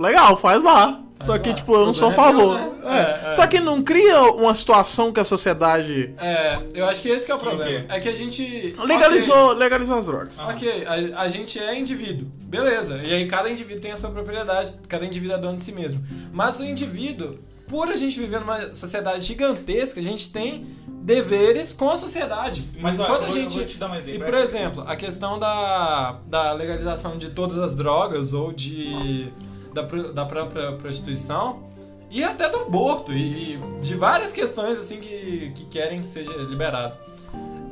[SPEAKER 1] legal, faz lá.
[SPEAKER 3] Faz
[SPEAKER 1] Só que,
[SPEAKER 3] lá.
[SPEAKER 1] tipo, eu não
[SPEAKER 3] Tudo
[SPEAKER 1] sou a
[SPEAKER 3] é
[SPEAKER 1] favor.
[SPEAKER 3] teu, né?
[SPEAKER 1] É.
[SPEAKER 3] É, é.
[SPEAKER 1] Só que não cria uma situação que a sociedade
[SPEAKER 3] É, eu acho que esse que é o problema.
[SPEAKER 4] quê?
[SPEAKER 3] É que a gente.
[SPEAKER 1] legalizou, legalizou as drogas.
[SPEAKER 4] Ah.
[SPEAKER 3] Ok, a, a gente é indivíduo, beleza. E aí cada indivíduo tem a sua propriedade, cada indivíduo é dono de si mesmo. Mas o indivíduo, por a gente viver numa sociedade gigantesca, a gente tem deveres com a sociedade.
[SPEAKER 4] Mas olha,
[SPEAKER 3] Enquanto
[SPEAKER 4] eu
[SPEAKER 3] a
[SPEAKER 4] vou, eu
[SPEAKER 3] gente.
[SPEAKER 4] vou te dar um
[SPEAKER 3] E,
[SPEAKER 4] exemplo.
[SPEAKER 3] por exemplo, a questão da, da legalização de todas as drogas ou de da, pro- da própria prostituição e até do aborto e, e de várias questões assim que, que querem que seja liberado.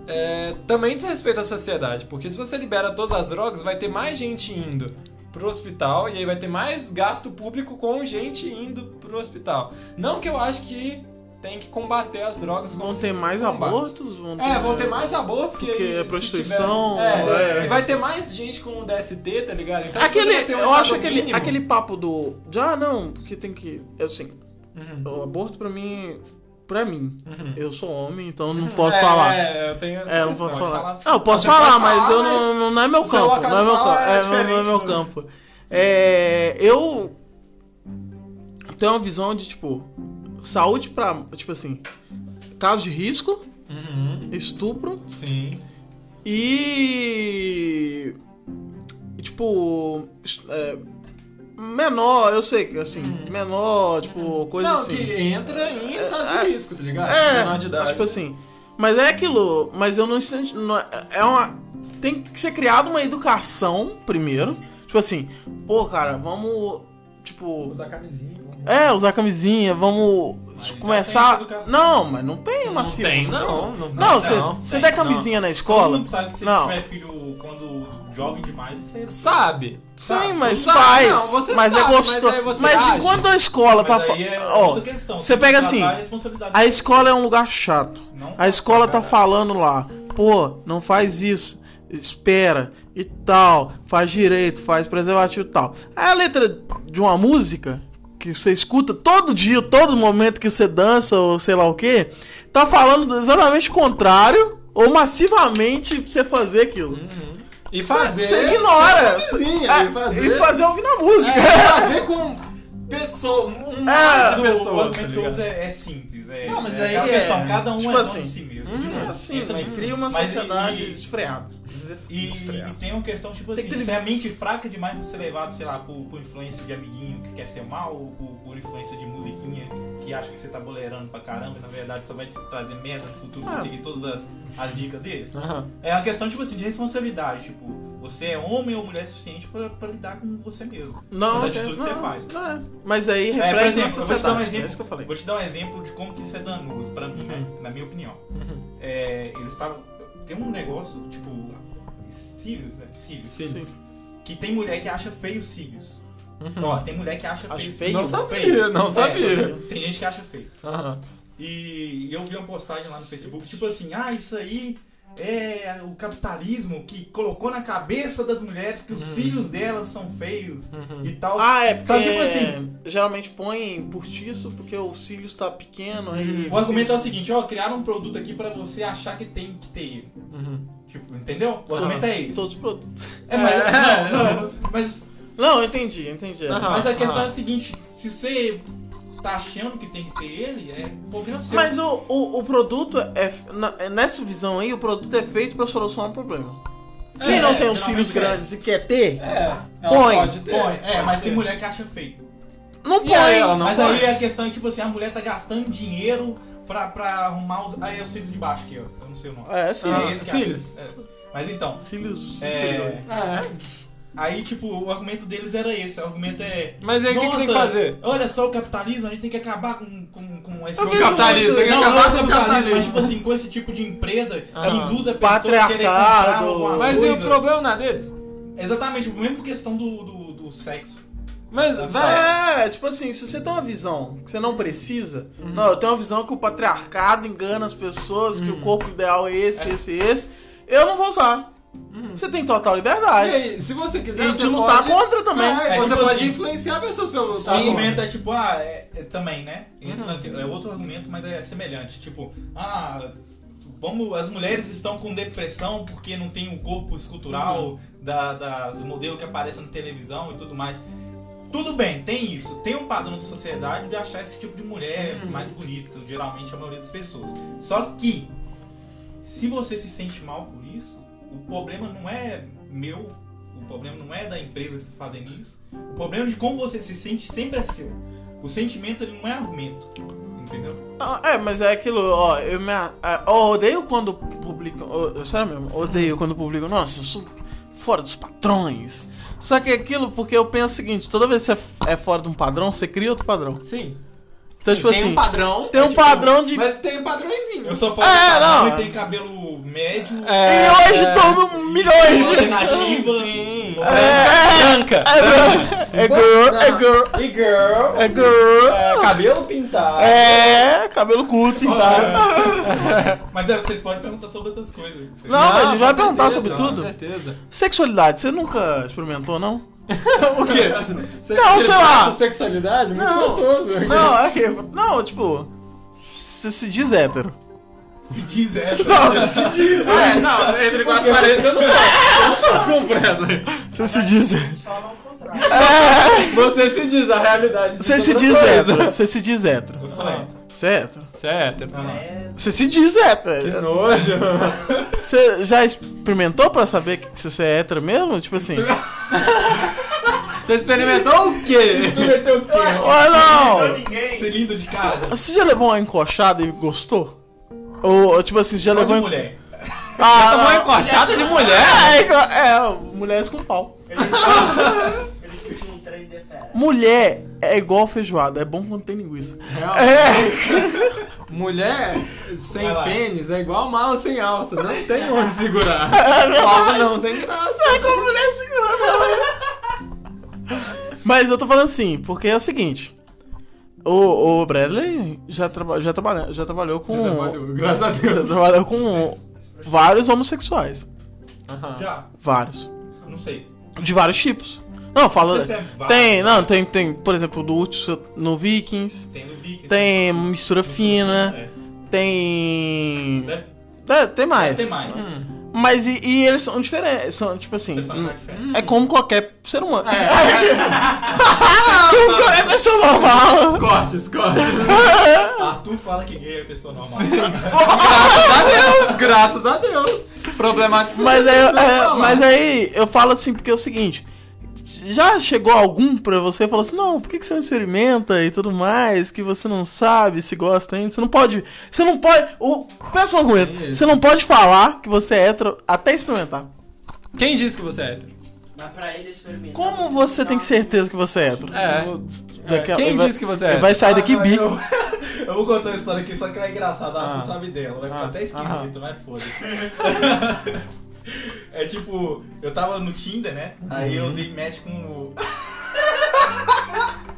[SPEAKER 3] É, também diz respeito à sociedade, porque se você libera todas as drogas, vai ter mais gente indo pro hospital e aí vai ter mais gasto público com gente indo pro hospital. Não que eu acho que tem que combater as drogas com
[SPEAKER 1] Vão ter mais
[SPEAKER 3] combate.
[SPEAKER 1] abortos? Vão
[SPEAKER 3] é, vão ter mais abortos que
[SPEAKER 1] Porque
[SPEAKER 3] se
[SPEAKER 1] é prostituição,
[SPEAKER 3] tiver- É,
[SPEAKER 4] é.
[SPEAKER 3] E vai ter mais gente com DST, tá ligado? Então, se
[SPEAKER 1] Aquele,
[SPEAKER 3] você vai ter um
[SPEAKER 1] eu acho
[SPEAKER 3] estado
[SPEAKER 1] aquele,
[SPEAKER 3] mínimo-
[SPEAKER 1] aquele papo do. de, Ah, não, porque tem que. Assim,
[SPEAKER 3] Uhum,
[SPEAKER 1] o aborto pra mim. Pra mim.
[SPEAKER 3] uhum.
[SPEAKER 1] Eu sou homem, então não posso
[SPEAKER 3] É,
[SPEAKER 1] falar.
[SPEAKER 3] É, eu tenho essa
[SPEAKER 1] É, eu não
[SPEAKER 3] questão.
[SPEAKER 1] posso
[SPEAKER 4] pode
[SPEAKER 1] falar.
[SPEAKER 4] falar assim.
[SPEAKER 1] Ah, eu posso
[SPEAKER 3] Você
[SPEAKER 1] falar,
[SPEAKER 3] pode
[SPEAKER 1] mas
[SPEAKER 3] falar,
[SPEAKER 1] eu não, não- não é meu
[SPEAKER 3] o seu
[SPEAKER 1] campo.
[SPEAKER 3] local
[SPEAKER 1] Não é
[SPEAKER 3] de
[SPEAKER 1] meu
[SPEAKER 3] fala
[SPEAKER 1] campo.
[SPEAKER 3] é
[SPEAKER 1] É, não é
[SPEAKER 3] diferente
[SPEAKER 1] meu
[SPEAKER 3] do-
[SPEAKER 1] campo. É, eu tenho uma visão de tipo saúde pra. tipo assim, casos de risco,
[SPEAKER 3] Uhum,
[SPEAKER 1] estupro
[SPEAKER 3] Sim.
[SPEAKER 1] e tipo est- é, menor, eu sei que assim
[SPEAKER 3] Uhum.
[SPEAKER 1] menor, tipo coisa
[SPEAKER 3] não,
[SPEAKER 1] assim.
[SPEAKER 3] que entra em estado
[SPEAKER 1] É,
[SPEAKER 3] de risco, tá ligado? Menor de
[SPEAKER 1] É,
[SPEAKER 3] idade.
[SPEAKER 1] tipo assim. Mas é aquilo. Mas eu não senti. não- é uma. Tem que ser criada uma educação primeiro. Tipo assim, pô, cara, vamos. Tipo.
[SPEAKER 3] Usar camisinha.
[SPEAKER 1] É, usar camisinha, vamos
[SPEAKER 4] Mas já
[SPEAKER 1] começar.
[SPEAKER 4] tem educação.
[SPEAKER 1] Não, mas não tem
[SPEAKER 3] Não
[SPEAKER 1] machismo.
[SPEAKER 3] tem, não. Não,
[SPEAKER 1] assim? Não, Uhum. você
[SPEAKER 3] não,
[SPEAKER 1] você
[SPEAKER 3] tem,
[SPEAKER 1] der
[SPEAKER 3] não.
[SPEAKER 1] camisinha na
[SPEAKER 4] Todo
[SPEAKER 1] escola.
[SPEAKER 4] mundo sabe que se
[SPEAKER 1] Não.
[SPEAKER 4] tiver filho quando jovem demais, você
[SPEAKER 3] Sabe.
[SPEAKER 1] Sim, mas
[SPEAKER 3] Sabe,
[SPEAKER 1] faz.
[SPEAKER 3] não, você
[SPEAKER 1] mas é
[SPEAKER 3] sabe, mas
[SPEAKER 1] gostoso.
[SPEAKER 3] aí
[SPEAKER 1] Mas,
[SPEAKER 3] você age.
[SPEAKER 1] enquanto a escola tá.
[SPEAKER 4] Mas
[SPEAKER 1] fa-
[SPEAKER 4] aí é
[SPEAKER 1] Ó,
[SPEAKER 4] outra questão.
[SPEAKER 1] você
[SPEAKER 4] Tem que
[SPEAKER 1] pega
[SPEAKER 4] tratar
[SPEAKER 1] assim,
[SPEAKER 4] A, responsabilidade
[SPEAKER 1] a escola é um lugar chato.
[SPEAKER 4] Não
[SPEAKER 1] A escola tá
[SPEAKER 4] Caralho.
[SPEAKER 1] falando lá, pô, não faz isso, espera e tal, faz direito, faz preservativo e tal. Aí a letra de uma música que você escuta todo dia, todo momento que você dança ou sei lá o que, tá falando exatamente o contrário ou massivamente pra você fazer aquilo.
[SPEAKER 3] Uhum. E fazer.
[SPEAKER 1] Você ignora.
[SPEAKER 3] sem camisinha,
[SPEAKER 1] É,
[SPEAKER 3] e fazer.
[SPEAKER 1] E fazer ouvindo a música.
[SPEAKER 3] É, fazer com pessoa, um
[SPEAKER 1] É.
[SPEAKER 3] monte de
[SPEAKER 4] Mas o
[SPEAKER 3] pessoas. tá
[SPEAKER 4] argumento que eu
[SPEAKER 3] ligado?
[SPEAKER 4] uso é, é simples. É,
[SPEAKER 1] Não, mas
[SPEAKER 4] é
[SPEAKER 1] aí
[SPEAKER 4] aquela
[SPEAKER 1] é-
[SPEAKER 4] questão, cada um
[SPEAKER 1] tipo
[SPEAKER 4] é dono
[SPEAKER 1] assim.
[SPEAKER 4] de si mesmo.
[SPEAKER 3] Hum,
[SPEAKER 4] de novo.
[SPEAKER 1] Assim,
[SPEAKER 4] Entra
[SPEAKER 1] né?
[SPEAKER 4] nisso.
[SPEAKER 1] cria uma
[SPEAKER 4] É. Mas e-
[SPEAKER 1] sociedade
[SPEAKER 4] e-
[SPEAKER 1] esfreada.
[SPEAKER 4] E, e
[SPEAKER 1] Esfreada.
[SPEAKER 4] tem uma questão, tipo
[SPEAKER 1] Tem
[SPEAKER 4] assim,
[SPEAKER 1] que ter
[SPEAKER 4] se é mente fraca demais pra ser levado, sei lá, por, por influência de amiguinho que quer ser mal, ou por, por influência de musiquinha que acha que você tá boleirando pra caramba, e na verdade só vai te trazer merda no futuro se
[SPEAKER 1] Ah.
[SPEAKER 4] você seguir todas as, as dicas deles.
[SPEAKER 3] Aham.
[SPEAKER 4] É uma questão, tipo assim, de responsabilidade, tipo, você é homem ou mulher suficiente pra, pra lidar com você mesmo.
[SPEAKER 1] Não,
[SPEAKER 4] Mas a atitude
[SPEAKER 1] não,
[SPEAKER 4] você faz.
[SPEAKER 1] não é. Mas aí
[SPEAKER 4] por
[SPEAKER 1] reflete na
[SPEAKER 4] exemplo, eu vou te dar um
[SPEAKER 1] sociedade. É
[SPEAKER 4] exemplo.
[SPEAKER 1] isso que eu falei.
[SPEAKER 4] Vou te dar um exemplo de como que isso é danoso pra mim, né? Na minha opinião.
[SPEAKER 3] Uhum.
[SPEAKER 4] É, eles estavam. Tem um negócio, tipo. Sirius, né? Sirius.
[SPEAKER 3] Sim.
[SPEAKER 1] Sim.
[SPEAKER 4] Que tem mulher que acha feio os cílios.
[SPEAKER 3] Uhum.
[SPEAKER 4] Ó, tem mulher que acha feio
[SPEAKER 1] Acho
[SPEAKER 4] os
[SPEAKER 1] feio?
[SPEAKER 4] cílios. É,
[SPEAKER 3] Não sabia, não sabia.
[SPEAKER 4] Tem gente que acha feio.
[SPEAKER 3] Aham.
[SPEAKER 4] E eu vi uma postagem lá no Facebook, tipo assim, ah, isso aí é o capitalismo que colocou na cabeça das mulheres que os cílios delas são feios
[SPEAKER 3] Uhum.
[SPEAKER 4] e tal.
[SPEAKER 1] Ah, é porque
[SPEAKER 4] Só tipo assim-
[SPEAKER 1] geralmente põe postiço porque o cílio está pequeno. Aí
[SPEAKER 4] O argumento é o seguinte, ó, criaram um produto aqui pra você achar que tem que ter ele.
[SPEAKER 3] Uhum.
[SPEAKER 4] Tipo, entendeu? O argumento é esse.
[SPEAKER 1] Todos os produtos.
[SPEAKER 4] É, mas,
[SPEAKER 2] É.
[SPEAKER 4] não, não, mas,
[SPEAKER 1] Não, eu entendi, eu entendi.
[SPEAKER 3] Aham.
[SPEAKER 4] mas a questão
[SPEAKER 3] ah.
[SPEAKER 4] é a seguinte, se você tá achando que tem que ter ele, é problema seu.
[SPEAKER 1] Mas o, o, o produto é. na- nessa visão aí, o produto é feito pra solucionar um problema. Quem
[SPEAKER 4] É,
[SPEAKER 1] não tem os
[SPEAKER 4] geralmente
[SPEAKER 1] cílios
[SPEAKER 4] é.
[SPEAKER 1] grandes e quer ter,
[SPEAKER 2] É, ela
[SPEAKER 1] Põe,
[SPEAKER 2] pode ter.
[SPEAKER 4] Põe, é,
[SPEAKER 2] pode
[SPEAKER 4] mas
[SPEAKER 2] ter.
[SPEAKER 4] tem mulher que acha feio.
[SPEAKER 1] não
[SPEAKER 3] E aí,
[SPEAKER 1] põe.
[SPEAKER 3] ela não
[SPEAKER 4] Mas
[SPEAKER 3] pode.
[SPEAKER 4] aí a questão é tipo assim, a mulher tá gastando dinheiro pra, pra arrumar o... Aí é o cílios de baixo aqui, ó. Eu não sei o nome.
[SPEAKER 1] É, sim.
[SPEAKER 3] Ah,
[SPEAKER 4] é esse, cara.
[SPEAKER 3] Sirius.
[SPEAKER 4] Mas então,
[SPEAKER 1] Cílios.
[SPEAKER 4] É.
[SPEAKER 1] inferiores.
[SPEAKER 2] É.
[SPEAKER 4] aí tipo, o argumento deles era esse. O argumento é...
[SPEAKER 2] Mas aí o que, que tem que
[SPEAKER 4] Nossa,
[SPEAKER 2] fazer?
[SPEAKER 4] Olha só o capitalismo, a gente tem que acabar com, com, com esse...
[SPEAKER 1] Eu
[SPEAKER 4] tipo-
[SPEAKER 1] quero
[SPEAKER 2] Capitalismo, tem que
[SPEAKER 4] Não, não
[SPEAKER 2] acabar
[SPEAKER 4] é
[SPEAKER 2] com o
[SPEAKER 4] mas tipo
[SPEAKER 2] capitalismo.
[SPEAKER 4] assim, com esse tipo de empresa que
[SPEAKER 3] Aham.
[SPEAKER 4] induz a pessoa a querer comprar
[SPEAKER 1] Patriarcado.
[SPEAKER 4] alguma
[SPEAKER 2] Mas e o
[SPEAKER 4] coisa.
[SPEAKER 2] problema não é deles?
[SPEAKER 4] Exatamente, a mesma questão do, do, do sexo.
[SPEAKER 2] Mas
[SPEAKER 4] Não
[SPEAKER 2] vai.
[SPEAKER 1] É, tipo assim, se você tem uma visão que você não precisa,
[SPEAKER 2] Uhum.
[SPEAKER 1] não, eu tenho uma visão que o patriarcado engana as pessoas, que
[SPEAKER 3] Uhum.
[SPEAKER 1] o corpo ideal é esse,
[SPEAKER 4] É.
[SPEAKER 1] esse, esse, eu não vou usar.
[SPEAKER 3] Uhum.
[SPEAKER 1] Você tem total
[SPEAKER 2] E
[SPEAKER 1] liberdade.
[SPEAKER 2] aí, se você quiser,
[SPEAKER 1] E
[SPEAKER 2] você
[SPEAKER 1] de lutar
[SPEAKER 2] pode...
[SPEAKER 1] contra também.
[SPEAKER 2] É,
[SPEAKER 4] É,
[SPEAKER 2] você
[SPEAKER 4] tipo
[SPEAKER 2] pode
[SPEAKER 4] assim,
[SPEAKER 2] influenciar pessoas pelo
[SPEAKER 4] O
[SPEAKER 2] lutar
[SPEAKER 4] argumento é tipo, ah, é, é também, né? Entra
[SPEAKER 3] Tá Uhum.
[SPEAKER 4] naque- É outro argumento, mas é semelhante. Tipo, ah, vamos, as mulheres estão com depressão porque não tem o corpo
[SPEAKER 3] Uhum.
[SPEAKER 4] escultural da- das modelos que aparecem na televisão e tudo mais. Tudo bem, tem isso. Tem um padrão de sociedade de achar esse tipo de mulher
[SPEAKER 3] Uhum.
[SPEAKER 4] mais bonita, geralmente a maioria das pessoas. Só que, se você se sente mal por isso, o problema não é meu, o problema não é da empresa que tá fazendo isso. O problema de como você se sente sempre é seu. O sentimento ele não é argumento. Entendeu?
[SPEAKER 1] Ah, É, mas é aquilo, ó, eu me. a- a- ó, eu odeio quando publicam. ó, eu- sério mesmo, odeio quando publicam. Nossa, eu sou fora dos patrões. Só que é aquilo, porque eu penso o seguinte: toda vez que você é fora de um padrão, você cria outro padrão.
[SPEAKER 2] Sim.
[SPEAKER 1] Então, tipo
[SPEAKER 2] tem
[SPEAKER 1] assim,
[SPEAKER 2] um padrão.
[SPEAKER 1] tem um
[SPEAKER 2] tipo,
[SPEAKER 1] padrão de.
[SPEAKER 2] Mas tem um padrãozinho.
[SPEAKER 4] Eu sou fora
[SPEAKER 1] É,
[SPEAKER 4] do padrão
[SPEAKER 1] não. É.
[SPEAKER 4] e tenho cabelo médio.
[SPEAKER 1] E hoje tomo milhões!
[SPEAKER 4] Alternativa.
[SPEAKER 3] Sim.
[SPEAKER 1] É.
[SPEAKER 3] Branca.
[SPEAKER 1] É girl, é girl, é girl,
[SPEAKER 2] Ah. E girl.
[SPEAKER 1] é girl.
[SPEAKER 2] cabelo pintado.
[SPEAKER 1] É, cabelo curto tá? e tal.
[SPEAKER 4] Mas é, vocês podem perguntar sobre outras coisas. Vocês-
[SPEAKER 1] Não, mas a gente vai
[SPEAKER 3] com
[SPEAKER 1] perguntar
[SPEAKER 3] certeza,
[SPEAKER 1] sobre tudo.
[SPEAKER 3] Com certeza.
[SPEAKER 1] Sexualidade, você nunca experimentou, não?
[SPEAKER 2] o quê? Você
[SPEAKER 1] Não,
[SPEAKER 2] quer
[SPEAKER 1] sei lá.
[SPEAKER 2] essa Sexualidade? Muito
[SPEAKER 1] Não.
[SPEAKER 2] gostoso.
[SPEAKER 1] Não, é que- não, tipo. Você se diz hétero.
[SPEAKER 4] Se diz essa.
[SPEAKER 1] Não, você se diz. né?
[SPEAKER 3] É, não, entre quatro e quarenta eu não tô comprando.
[SPEAKER 1] Você se diz.
[SPEAKER 5] Fala ao contrário.
[SPEAKER 1] É.
[SPEAKER 2] Você se diz a realidade.
[SPEAKER 1] Você se diz hétero. Você se diz hétero.
[SPEAKER 4] Eu sou hétero.
[SPEAKER 1] Você é hétero. né?
[SPEAKER 3] Certo.
[SPEAKER 5] É,
[SPEAKER 1] Você se diz
[SPEAKER 3] Que
[SPEAKER 2] É
[SPEAKER 1] hétero.
[SPEAKER 3] nojo.
[SPEAKER 1] Você já experimentou pra saber que- se você é hétero mesmo? Tipo assim.
[SPEAKER 3] Você experimentou o quê?
[SPEAKER 4] Tu meteu o quê?
[SPEAKER 5] Eu acho que
[SPEAKER 1] Olha
[SPEAKER 5] não
[SPEAKER 1] lá, ó.
[SPEAKER 5] ajudou ninguém.
[SPEAKER 4] Cilindro de casa.
[SPEAKER 1] Você já levou uma encoxada e gostou? Ou, tipo assim, já
[SPEAKER 4] Só
[SPEAKER 1] levou.
[SPEAKER 4] de
[SPEAKER 1] en-
[SPEAKER 4] mulher.
[SPEAKER 1] Ah,
[SPEAKER 3] Tomou encoxada de mulher?
[SPEAKER 1] É, enco- é, mulheres com pau.
[SPEAKER 5] Ele sentiu- Ele sentiu um trem de fera.
[SPEAKER 1] Mulher é igual feijoada, é bom quando tem linguiça.
[SPEAKER 2] Real.
[SPEAKER 1] É,
[SPEAKER 2] Mulher sem
[SPEAKER 4] Vai lá.
[SPEAKER 2] pênis é igual mala sem alça. Não tem onde segurar. Claro, não tem graça.
[SPEAKER 1] mas eu tô falando assim, porque é o seguinte. O, o Bradley já, traba, já, trabalha, já trabalhou com.
[SPEAKER 2] Já trabalhou, graças a Deus.
[SPEAKER 1] Já trabalhou com vários homossexuais.
[SPEAKER 4] Já.
[SPEAKER 1] Vários.
[SPEAKER 4] Não sei.
[SPEAKER 1] De vários tipos. Não,
[SPEAKER 4] Não
[SPEAKER 1] fala.
[SPEAKER 4] sei se é válido.
[SPEAKER 2] né?
[SPEAKER 1] Tem, não, tem, tem, por exemplo, do último no Vikings.
[SPEAKER 4] Tem no Vikings.
[SPEAKER 1] Tem né? mistura fina.
[SPEAKER 4] É.
[SPEAKER 1] Tem.
[SPEAKER 4] Deve-
[SPEAKER 1] É, tem mais.
[SPEAKER 4] Tem mais.
[SPEAKER 1] Mas e, e eles são diferentes. São, tipo assim.
[SPEAKER 4] Personalidade tá diferente.
[SPEAKER 1] É como qualquer ser humano. É
[SPEAKER 2] É,
[SPEAKER 1] como qualquer pessoa normal. é,
[SPEAKER 2] cortes, cortes.
[SPEAKER 1] Ah.
[SPEAKER 4] Arthur fala que gay é pessoa normal.
[SPEAKER 2] Graças a Deus, graças a Deus. Problemático.
[SPEAKER 1] Mas aí,
[SPEAKER 2] não
[SPEAKER 1] é,
[SPEAKER 2] falar.
[SPEAKER 1] mas aí eu falo assim, porque é o seguinte. Já chegou algum pra você e falou assim, não, por que, que você não experimenta e tudo mais, que você não sabe se gosta ainda? Você não pode. Você não pode. O, pensa uma coisa,
[SPEAKER 2] Isso.
[SPEAKER 1] você não pode falar que você é hétero até experimentar.
[SPEAKER 3] Quem disse que você é hétero?
[SPEAKER 5] Mas pra ele experimentar.
[SPEAKER 1] Como você tem certeza que você é hétero?
[SPEAKER 3] É.
[SPEAKER 1] Daqui a-
[SPEAKER 3] Quem
[SPEAKER 1] ele vai-
[SPEAKER 3] disse que você é
[SPEAKER 1] Ele
[SPEAKER 3] hétero?
[SPEAKER 1] vai sair daqui
[SPEAKER 4] Ah,
[SPEAKER 1] bi.
[SPEAKER 4] Eu, eu vou contar uma história aqui, só que ela é engraçada. Ah,
[SPEAKER 3] Ah.
[SPEAKER 4] tu sabe dela. Vai ficar
[SPEAKER 3] Ah.
[SPEAKER 4] até esquisito, mas foda-se. É tipo, eu tava no Tinder, né? Aí
[SPEAKER 3] Uhum.
[SPEAKER 4] eu dei match com o.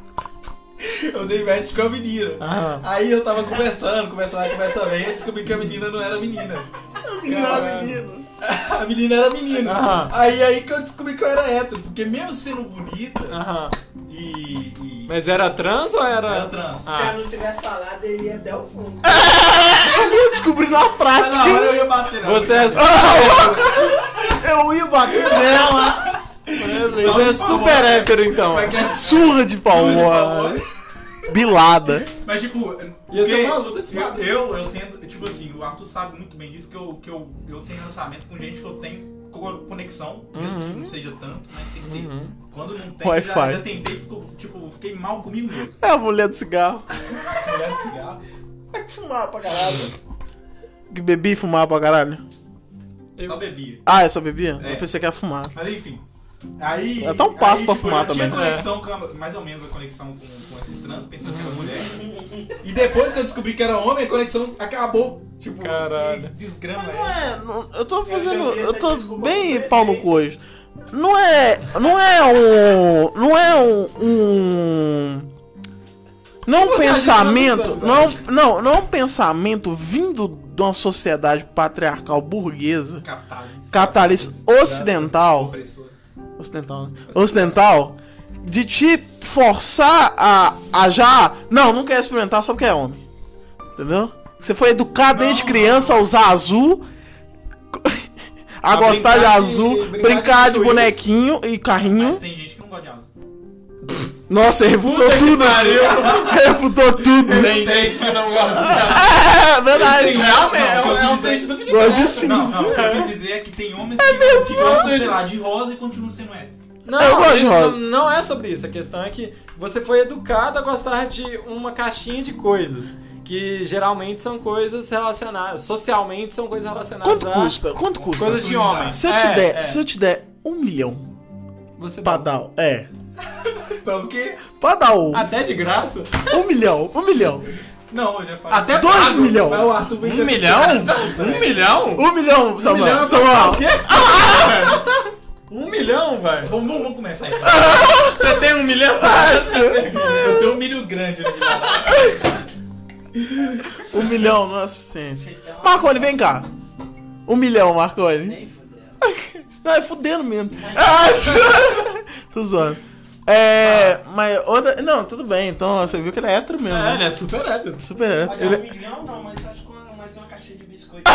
[SPEAKER 4] eu dei match com a menina.
[SPEAKER 1] Aham.
[SPEAKER 4] Aí eu tava conversando, conversando, conversando, aí eu descobri que a menina não era menina.
[SPEAKER 1] A
[SPEAKER 4] menina era A menina era menina.
[SPEAKER 1] Aham.
[SPEAKER 3] Ah.
[SPEAKER 4] Aí aí que eu descobri que eu era hétero, porque mesmo sendo bonita
[SPEAKER 1] Aham.
[SPEAKER 4] e. e...
[SPEAKER 3] Mas era trans ou
[SPEAKER 4] Era
[SPEAKER 3] era.
[SPEAKER 4] trans.
[SPEAKER 5] Se eu não tivesse falado, ele ia até o fundo.
[SPEAKER 1] Eu descobri na
[SPEAKER 4] Mas na
[SPEAKER 1] prática.
[SPEAKER 4] hora eu ia bater na
[SPEAKER 3] Ah, Você é,
[SPEAKER 1] Eu ia bater nela. Você é super hétero, então.
[SPEAKER 4] Como é que é?
[SPEAKER 1] Surra de palmola. Bilada.
[SPEAKER 4] Mas tipo,
[SPEAKER 2] Ia ser
[SPEAKER 4] porque
[SPEAKER 2] uma luta de
[SPEAKER 4] eu,
[SPEAKER 2] espada.
[SPEAKER 4] eu, eu tento, tipo assim, o Arthur sabe muito bem disso que eu, que eu, eu tenho relacionamento com gente que eu tenho co- conexão, mesmo que
[SPEAKER 1] Uhum.
[SPEAKER 4] não seja tanto, mas tem que ter. Quando não tem, eu
[SPEAKER 1] Wi-Fi.
[SPEAKER 4] já, já tentei, ficou, tipo, fiquei mal comigo mesmo.
[SPEAKER 1] É a mulher do cigarro.
[SPEAKER 4] Mulher de cigarro.
[SPEAKER 1] que fumava pra caralho. Que bebia e fumava pra caralho.
[SPEAKER 4] Só bebia.
[SPEAKER 1] Ah, é só bebia?
[SPEAKER 4] É.
[SPEAKER 1] Eu pensei que era fumar.
[SPEAKER 4] Mas enfim. Aí. tipo,
[SPEAKER 1] É, dá um passo pra fumar
[SPEAKER 4] eu Tinha
[SPEAKER 1] também. né?
[SPEAKER 4] conexão com a- mais ou menos a conexão com, com esse trans, pensando que era mulher. E depois que eu descobri que era homem, a conexão acabou. Tipo,
[SPEAKER 3] Caralho.
[SPEAKER 4] que desgrama
[SPEAKER 1] Mas não
[SPEAKER 4] é.
[SPEAKER 1] é. não- eu tô
[SPEAKER 5] já
[SPEAKER 1] fazendo.
[SPEAKER 5] vi
[SPEAKER 1] Eu
[SPEAKER 5] essa
[SPEAKER 1] tô
[SPEAKER 5] desculpa
[SPEAKER 1] bem
[SPEAKER 5] com o
[SPEAKER 1] pau no cu
[SPEAKER 5] prefeito.
[SPEAKER 1] hoje. Não é. Não é um. Não é um. um não um
[SPEAKER 3] Você acha que
[SPEAKER 1] pensamento.
[SPEAKER 3] não é
[SPEAKER 1] Não, não, não é um pensamento vindo de uma sociedade patriarcal burguesa,
[SPEAKER 4] Capitalista.
[SPEAKER 1] capitalista ocidental.
[SPEAKER 4] Opressor.
[SPEAKER 1] Ocidental, né? Ocidental. De te forçar a, a já. Não, não quer experimentar só porque é homem. Entendeu? Você foi educado desde
[SPEAKER 4] Não,
[SPEAKER 1] criança a usar azul. A,
[SPEAKER 3] A
[SPEAKER 1] gostar de
[SPEAKER 3] brincar de-
[SPEAKER 1] azul,
[SPEAKER 3] brincar de
[SPEAKER 1] brincar de
[SPEAKER 3] arco-íris.
[SPEAKER 1] bonequinho e carrinho.
[SPEAKER 4] Mas tem gente que não gosta de azul.
[SPEAKER 1] Nossa, ele refutou tudo. refutou tudo.
[SPEAKER 4] Tem gente que não gosta
[SPEAKER 1] É verdade.
[SPEAKER 3] Realmente, é um-
[SPEAKER 4] Não,
[SPEAKER 3] é um
[SPEAKER 4] não,
[SPEAKER 3] dente do Felipe.
[SPEAKER 1] Gosto de
[SPEAKER 4] de
[SPEAKER 1] cinza.
[SPEAKER 4] Não, não. O que eu quis dizer é que tem homens que, que gostam, sei lá, de rosa e continuam sendo hétero.
[SPEAKER 3] Não,
[SPEAKER 1] Eu gosto de rosa.
[SPEAKER 3] não, não é sobre isso. A questão é que você foi educado a gostar de uma caixinha de coisas. Que geralmente são coisas relacionadas. Socialmente são coisas relacionadas
[SPEAKER 1] Quanto
[SPEAKER 3] a
[SPEAKER 1] custa? Quanto custa?
[SPEAKER 3] coisas de homem.
[SPEAKER 1] Se eu te
[SPEAKER 3] É,
[SPEAKER 1] der,
[SPEAKER 3] é.
[SPEAKER 1] se eu te der um milhão
[SPEAKER 3] Você
[SPEAKER 1] pra
[SPEAKER 3] dá.
[SPEAKER 1] dar. É.
[SPEAKER 4] Pra Tá, o quê?
[SPEAKER 1] Pra dar um.
[SPEAKER 3] Até de graça?
[SPEAKER 1] Um milhão, um milhão.
[SPEAKER 4] Não, eu já falei.
[SPEAKER 3] Até
[SPEAKER 1] Dois
[SPEAKER 3] pago.
[SPEAKER 1] milhão.
[SPEAKER 4] Mas o Arthur vem com
[SPEAKER 2] Um
[SPEAKER 4] essa-
[SPEAKER 2] milhão?
[SPEAKER 4] velho.
[SPEAKER 2] Um
[SPEAKER 3] É.
[SPEAKER 2] milhão?
[SPEAKER 1] Um milhão, tá
[SPEAKER 3] Um milhão
[SPEAKER 1] Samuel.
[SPEAKER 3] é
[SPEAKER 1] Samuel.
[SPEAKER 3] pra- O quê? Um milhão, velho.
[SPEAKER 4] Vamos, vamos vamos começar aí.
[SPEAKER 2] Você tem um milhão?
[SPEAKER 4] Eu tenho um milho grande ali.
[SPEAKER 1] Um milhão não é suficiente.
[SPEAKER 5] Achei que deu uma-
[SPEAKER 1] Marconi, vem cá. Um milhão, Marconi.
[SPEAKER 5] Nem fudeu.
[SPEAKER 1] Não, é fudendo mesmo. Ah, Tô zoando. É. Mas outra. Não, tudo bem, então você viu que ele é hétero mesmo.
[SPEAKER 3] É,
[SPEAKER 1] né?
[SPEAKER 3] ele é super hétero.
[SPEAKER 1] Super hétero.
[SPEAKER 5] Mas é um
[SPEAKER 1] Ele
[SPEAKER 5] milhão não, mas acho que uma- mais uma caixinha de biscoito.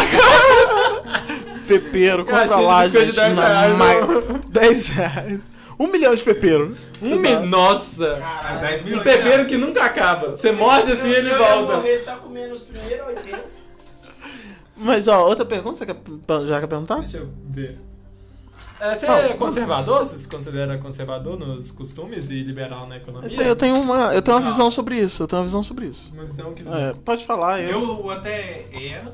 [SPEAKER 1] é pepeiro, compra
[SPEAKER 3] Caixinha de
[SPEAKER 1] lá,
[SPEAKER 3] biscoito
[SPEAKER 1] gente.
[SPEAKER 3] de 10
[SPEAKER 1] na
[SPEAKER 3] reais,
[SPEAKER 1] ma- 10 reais. Um milhão de pepeiro. Tá
[SPEAKER 3] Um mi- Nossa.
[SPEAKER 4] Caralho,
[SPEAKER 5] Caralho.
[SPEAKER 4] 10
[SPEAKER 3] Um
[SPEAKER 4] Ah, milhões.
[SPEAKER 3] bebeiro que nunca acaba. Você morde assim e ele
[SPEAKER 5] eu Eu ia
[SPEAKER 3] volta.
[SPEAKER 5] morrer só comendo os primeiros 80.
[SPEAKER 1] Mas ó, outra pergunta, você quer, já quer perguntar?
[SPEAKER 3] Deixa eu ver. É, você
[SPEAKER 1] Não.
[SPEAKER 3] é conservador? Você se considera conservador nos costumes e liberal na economia?
[SPEAKER 1] Eu, sei, eu tenho uma, eu tenho uma
[SPEAKER 4] Não.
[SPEAKER 1] visão sobre isso, eu tenho uma visão sobre isso.
[SPEAKER 3] Uma visão que...
[SPEAKER 1] Tá. É, pode falar, eu.
[SPEAKER 4] Eu até era,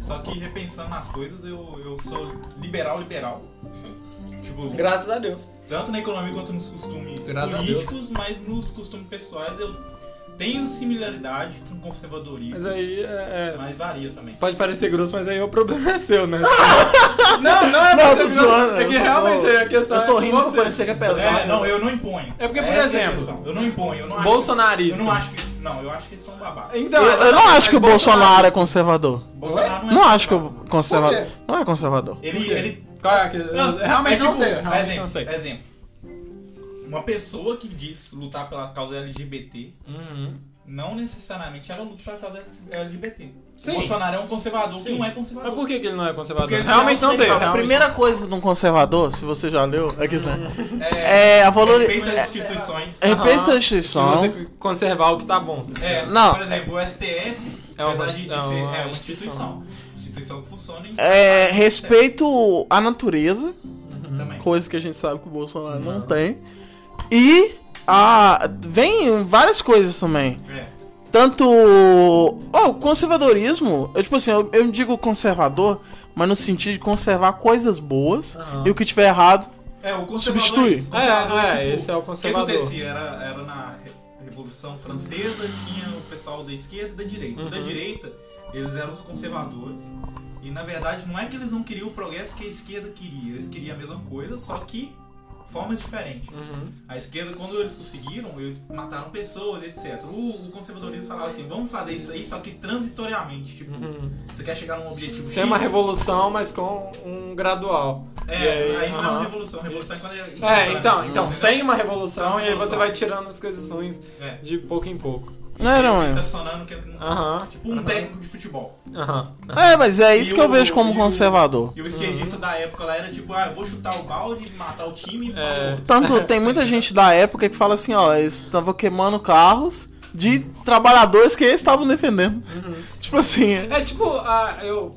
[SPEAKER 4] só que repensando nas coisas, eu, eu sou liberal, liberal. Tipo,
[SPEAKER 3] Graças a Deus.
[SPEAKER 4] tanto na economia quanto nos costumes
[SPEAKER 3] Graças a
[SPEAKER 4] políticos, mas nos costumes pessoais eu tenho similaridade com conservadorismo,
[SPEAKER 3] Mas aí é. é-
[SPEAKER 4] mas varia também.
[SPEAKER 3] Pode parecer grosso, mas aí o problema é seu, né? não, não é
[SPEAKER 1] Não,
[SPEAKER 3] pra
[SPEAKER 1] tô
[SPEAKER 3] ser grosso,
[SPEAKER 1] zoando,
[SPEAKER 3] É que
[SPEAKER 1] eu tô-
[SPEAKER 3] realmente a questão
[SPEAKER 1] Eu tô
[SPEAKER 3] é com
[SPEAKER 1] rindo pra
[SPEAKER 3] você.
[SPEAKER 1] parecer que é pesado.
[SPEAKER 4] É, não, eu não imponho.
[SPEAKER 3] É porque, por
[SPEAKER 4] Essa a
[SPEAKER 3] exemplo,
[SPEAKER 4] questão. eu não imponho, eu não acho. Eu
[SPEAKER 3] Bolsonarista.
[SPEAKER 4] não acho que. Não, eu acho que eles são babacas.
[SPEAKER 3] Então,
[SPEAKER 1] Eu, eu não
[SPEAKER 3] exatamente,
[SPEAKER 1] acho que o
[SPEAKER 3] mas
[SPEAKER 1] Bolsonaro é conservador.
[SPEAKER 4] Bolsonaro não é.
[SPEAKER 1] Não acho que
[SPEAKER 4] babaca.
[SPEAKER 1] o conservador.
[SPEAKER 3] Por quê?
[SPEAKER 1] Não é conservador.
[SPEAKER 4] Ele,
[SPEAKER 3] Por quê?
[SPEAKER 4] ele
[SPEAKER 3] Qual é que- eu realmente
[SPEAKER 4] é
[SPEAKER 3] não
[SPEAKER 4] tipo,
[SPEAKER 3] sei. eu Realmente
[SPEAKER 4] exemplo,
[SPEAKER 3] não sei.
[SPEAKER 4] Exemplo. Uma pessoa que diz lutar pela causa LGBT,
[SPEAKER 3] Uhum.
[SPEAKER 4] não necessariamente ela luta pela causa LGBT.
[SPEAKER 3] Sim.
[SPEAKER 4] O Bolsonaro é um conservador
[SPEAKER 3] Sim.
[SPEAKER 4] que não é
[SPEAKER 3] Mas
[SPEAKER 4] conservador.
[SPEAKER 3] por que, que ele não é conservador?
[SPEAKER 4] Porque ele
[SPEAKER 3] realmente não sei.
[SPEAKER 4] não, a
[SPEAKER 1] A
[SPEAKER 3] realmente
[SPEAKER 1] primeira coisa de um conservador, se você já leu, é que tá.
[SPEAKER 4] É,
[SPEAKER 1] É a valor.
[SPEAKER 4] respeita
[SPEAKER 1] É
[SPEAKER 4] as instituições.
[SPEAKER 1] é respeito da
[SPEAKER 3] que
[SPEAKER 1] instituição.
[SPEAKER 3] você conservar o que tá bom.
[SPEAKER 4] É,
[SPEAKER 1] não.
[SPEAKER 4] Por exemplo, o STF,
[SPEAKER 3] É uma-
[SPEAKER 4] apesar de
[SPEAKER 3] é
[SPEAKER 4] ser,
[SPEAKER 3] uma
[SPEAKER 4] é
[SPEAKER 3] instituição.
[SPEAKER 4] uma instituição. Instituição que funciona em
[SPEAKER 1] É respeito à natureza,
[SPEAKER 3] É,
[SPEAKER 4] também.
[SPEAKER 1] coisa que a gente sabe que o Bolsonaro não, tem. E a vem várias coisas também.
[SPEAKER 4] É.
[SPEAKER 1] Tanto. Oh, o conservadorismo. Eu, tipo assim, eu, eu digo conservador, mas no sentido de conservar coisas boas.
[SPEAKER 3] Aham.
[SPEAKER 1] E o que tiver errado,
[SPEAKER 4] É, o conservador.
[SPEAKER 1] Substitui.
[SPEAKER 4] é isso. O conservador,
[SPEAKER 3] Uhum. É, é,
[SPEAKER 4] tipo,
[SPEAKER 3] esse é o
[SPEAKER 4] O que
[SPEAKER 3] conservador.
[SPEAKER 4] acontecia? Era, era na Revolução Francesa, tinha o pessoal da esquerda e da direita. O Da
[SPEAKER 3] Uhum.
[SPEAKER 4] direita, eles eram os conservadores. E na verdade, não é que eles não queriam o progresso que a esquerda queria, eles queriam a mesma coisa, só que forma diferente.
[SPEAKER 3] Uhum.
[SPEAKER 4] A esquerda, quando eles conseguiram, eles mataram pessoas, etc. O, o conservadorismo falava assim: vamos fazer isso aí, só que transitoriamente. Tipo,
[SPEAKER 3] Uhum.
[SPEAKER 4] você quer chegar num objetivo
[SPEAKER 3] Isso é uma
[SPEAKER 4] X?
[SPEAKER 3] revolução, mas com um gradual.
[SPEAKER 4] É,
[SPEAKER 3] E aí,
[SPEAKER 4] aí, não é
[SPEAKER 3] aham.
[SPEAKER 4] uma revolução. Revolução é quando é.
[SPEAKER 3] É,
[SPEAKER 4] instantâneo,
[SPEAKER 3] então, então
[SPEAKER 4] entendeu?
[SPEAKER 3] sem uma revolução, e
[SPEAKER 4] Sem
[SPEAKER 3] aí você
[SPEAKER 4] revolução.
[SPEAKER 3] vai tirando as coisas ruins
[SPEAKER 4] É.
[SPEAKER 3] de pouco em pouco.
[SPEAKER 1] Não, não,
[SPEAKER 4] Tá
[SPEAKER 1] é.
[SPEAKER 4] funcionando que não-
[SPEAKER 3] Aham.
[SPEAKER 4] Tipo um técnico de futebol.
[SPEAKER 3] Aham.
[SPEAKER 1] É, mas é isso
[SPEAKER 4] E
[SPEAKER 1] que eu
[SPEAKER 4] o-
[SPEAKER 1] vejo como
[SPEAKER 4] e o-
[SPEAKER 1] conservador.
[SPEAKER 4] E o esquerdista da época lá era tipo, ah, eu vou chutar o balde, matar o time e fazer
[SPEAKER 3] Uhum. É.
[SPEAKER 4] outro.
[SPEAKER 1] Tanto tem muita gente da época que fala assim, ó, eles estavam queimando carros de trabalhadores que eles estavam defendendo.
[SPEAKER 3] Uhum.
[SPEAKER 1] Tipo assim, é.
[SPEAKER 3] É tipo, ah, eu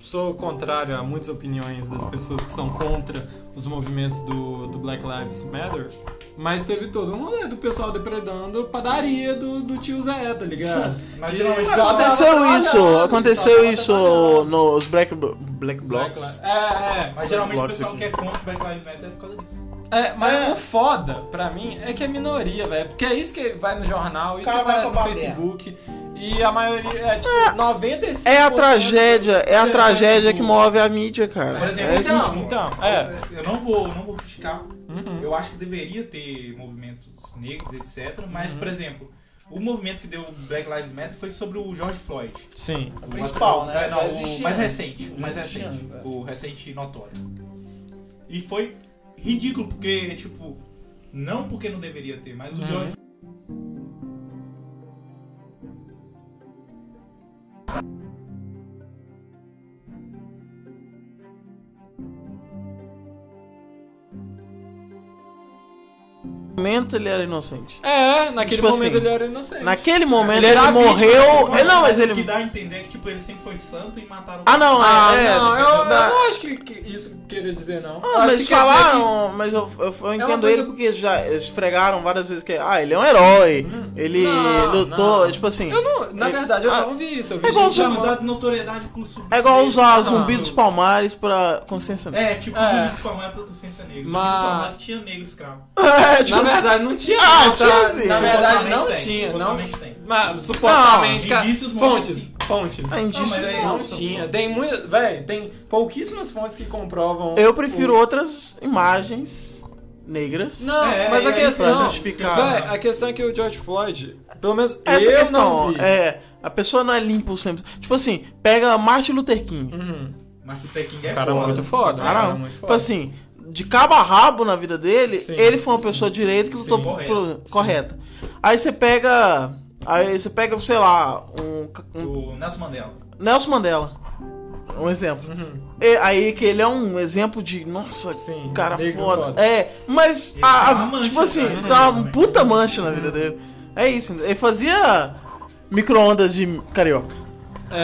[SPEAKER 3] sou contrário a muitas opiniões das pessoas que são contra os movimentos do, do Black Lives Matter, mas teve todo um rolê do pessoal depredando padaria do, do tio Zé, tá ligado?
[SPEAKER 4] Mas
[SPEAKER 3] Que
[SPEAKER 4] geralmente
[SPEAKER 3] só tava
[SPEAKER 1] Aconteceu isso,
[SPEAKER 3] trabalhando, só
[SPEAKER 1] aconteceu
[SPEAKER 3] tava
[SPEAKER 1] isso
[SPEAKER 3] trabalhando.
[SPEAKER 1] nos Black, Black Blocks.
[SPEAKER 3] Black Li- É, é.
[SPEAKER 4] Mas geralmente o
[SPEAKER 1] Blocos
[SPEAKER 4] pessoal
[SPEAKER 1] aqui.
[SPEAKER 4] que é contra o Black Lives Matter é por causa disso.
[SPEAKER 3] É, mas o foda, pra mim, é que é minoria, velho. Porque é isso que vai no jornal, isso que
[SPEAKER 5] cara vai
[SPEAKER 3] aparece no
[SPEAKER 5] pra balneário.
[SPEAKER 3] Facebook. E a maioria é tipo 95%.
[SPEAKER 1] É a tragédia, é a
[SPEAKER 3] do-
[SPEAKER 1] tragédia que
[SPEAKER 3] tipo,
[SPEAKER 1] move a mídia, cara.
[SPEAKER 4] Por exemplo,
[SPEAKER 1] É isso.
[SPEAKER 3] Então, então, é.
[SPEAKER 4] Eu, eu não vou, eu não vou criticar.
[SPEAKER 3] Uhum.
[SPEAKER 4] Eu acho que deveria ter movimentos negros, etc. Mas,
[SPEAKER 3] Uhum.
[SPEAKER 4] por exemplo, o movimento que deu o Black Lives Matter foi sobre o George Floyd.
[SPEAKER 3] Sim.
[SPEAKER 4] O
[SPEAKER 5] principal,
[SPEAKER 4] atra-
[SPEAKER 5] né?
[SPEAKER 4] é, não,
[SPEAKER 5] Já
[SPEAKER 4] o
[SPEAKER 5] existia
[SPEAKER 4] mais
[SPEAKER 5] antes.
[SPEAKER 4] recente. O mais
[SPEAKER 5] Já existia
[SPEAKER 4] recente.
[SPEAKER 5] antes, é.
[SPEAKER 4] O recente notório. E foi ridículo, porque, tipo, não porque não deveria ter, mas o
[SPEAKER 3] Uhum.
[SPEAKER 4] George.
[SPEAKER 1] No momento ele era inocente.
[SPEAKER 3] É, naquele
[SPEAKER 1] Tipo
[SPEAKER 3] momento
[SPEAKER 1] assim,
[SPEAKER 3] ele era inocente.
[SPEAKER 1] Naquele momento ele,
[SPEAKER 3] Ele era a vítima,
[SPEAKER 1] morreu. Ele- é, não, mas
[SPEAKER 4] Que
[SPEAKER 1] ele.
[SPEAKER 4] dá a entender que, tipo, ele sempre foi santo e mataram
[SPEAKER 1] Ah, não,
[SPEAKER 3] Ah,
[SPEAKER 1] é,
[SPEAKER 3] não,
[SPEAKER 1] é,
[SPEAKER 3] eu, eu
[SPEAKER 1] da-
[SPEAKER 3] não acho que, que isso queira dizer, não.
[SPEAKER 1] Ah, mas
[SPEAKER 3] Acho que é quer dizer
[SPEAKER 1] falaram, mas eu, eu, eu entendo
[SPEAKER 3] É coisa-
[SPEAKER 1] ele porque já esfregaram várias vezes que ah, ele é um herói,
[SPEAKER 3] Hum.
[SPEAKER 1] ele
[SPEAKER 3] Não,
[SPEAKER 1] lutou,
[SPEAKER 3] não.
[SPEAKER 1] tipo assim.
[SPEAKER 3] que- Eu não, na
[SPEAKER 1] É-
[SPEAKER 3] verdade, eu
[SPEAKER 1] Ah,
[SPEAKER 3] não vi isso. Eu vi
[SPEAKER 1] é igual
[SPEAKER 3] gente
[SPEAKER 1] você
[SPEAKER 4] Tinha
[SPEAKER 1] chamando-
[SPEAKER 3] chamando-
[SPEAKER 4] mandado notoriedade pro sub.
[SPEAKER 1] É igual usar
[SPEAKER 3] Ah,
[SPEAKER 1] zumbi
[SPEAKER 3] não.
[SPEAKER 1] dos palmares pra consciência negra.
[SPEAKER 4] É, tipo,
[SPEAKER 3] É.
[SPEAKER 4] é. o Palmar pra consciência negra.
[SPEAKER 3] Mas-
[SPEAKER 4] Mas... O Palmar tinha negro escravo.
[SPEAKER 1] É, tipo
[SPEAKER 3] Na
[SPEAKER 1] assim,
[SPEAKER 3] verdade, não tinha.
[SPEAKER 1] Ah,
[SPEAKER 3] não,
[SPEAKER 1] tinha
[SPEAKER 3] tá?
[SPEAKER 1] sim.
[SPEAKER 3] Na verdade, não
[SPEAKER 4] Supostamente tem,
[SPEAKER 3] tinha. Não,
[SPEAKER 4] supostamente tem.
[SPEAKER 3] Mas, supostamente,
[SPEAKER 4] Não,
[SPEAKER 3] cara.
[SPEAKER 4] indícios mostram
[SPEAKER 3] Fontes, fontes.
[SPEAKER 1] é indício
[SPEAKER 4] Não, mas
[SPEAKER 1] de
[SPEAKER 4] aí-
[SPEAKER 3] Não
[SPEAKER 1] morte.
[SPEAKER 3] tinha. Tem muita. Véi, tem pouquíssimas fontes que comprovam.
[SPEAKER 1] Eu prefiro outras imagens negras.
[SPEAKER 3] Não,
[SPEAKER 4] É,
[SPEAKER 3] mas
[SPEAKER 4] é
[SPEAKER 3] a
[SPEAKER 4] isso,
[SPEAKER 1] Pra
[SPEAKER 3] questão.
[SPEAKER 1] justificar.
[SPEAKER 3] Véi, a questão é que o George Floyd, pelo menos
[SPEAKER 1] Essa
[SPEAKER 3] eu
[SPEAKER 1] questão
[SPEAKER 3] não vi.
[SPEAKER 1] é. A pessoa não é limpa o sempre. Tipo assim, pega Martin Luther King.
[SPEAKER 3] Uhum.
[SPEAKER 4] Mas o Tekken é
[SPEAKER 3] O cara é
[SPEAKER 4] foda.
[SPEAKER 3] muito foda. o cara é
[SPEAKER 1] Caramba.
[SPEAKER 3] muito
[SPEAKER 1] Tipo
[SPEAKER 3] foda.
[SPEAKER 1] assim, de cabo a rabo na vida dele,
[SPEAKER 3] Sim,
[SPEAKER 1] ele foi uma
[SPEAKER 3] sim.
[SPEAKER 1] pessoa direita que lutou
[SPEAKER 4] Sim,
[SPEAKER 1] por- por-
[SPEAKER 4] correto,
[SPEAKER 1] correta. Aí você pega. Aí você pega, sei lá, um, um
[SPEAKER 4] O Nelson Mandela.
[SPEAKER 1] Nelson Mandela. Um exemplo.
[SPEAKER 3] Uhum.
[SPEAKER 1] E- aí que ele é um exemplo de. Nossa,
[SPEAKER 3] Sim,
[SPEAKER 1] cara
[SPEAKER 3] negro
[SPEAKER 1] foda.
[SPEAKER 3] foda.
[SPEAKER 1] É, mas
[SPEAKER 4] Ele
[SPEAKER 1] a,
[SPEAKER 4] dá
[SPEAKER 1] a-
[SPEAKER 4] uma mancha,
[SPEAKER 1] tipo assim,
[SPEAKER 4] né?
[SPEAKER 1] dá uma puta mancha na vida dele. É isso, ele fazia micro-ondas de carioca.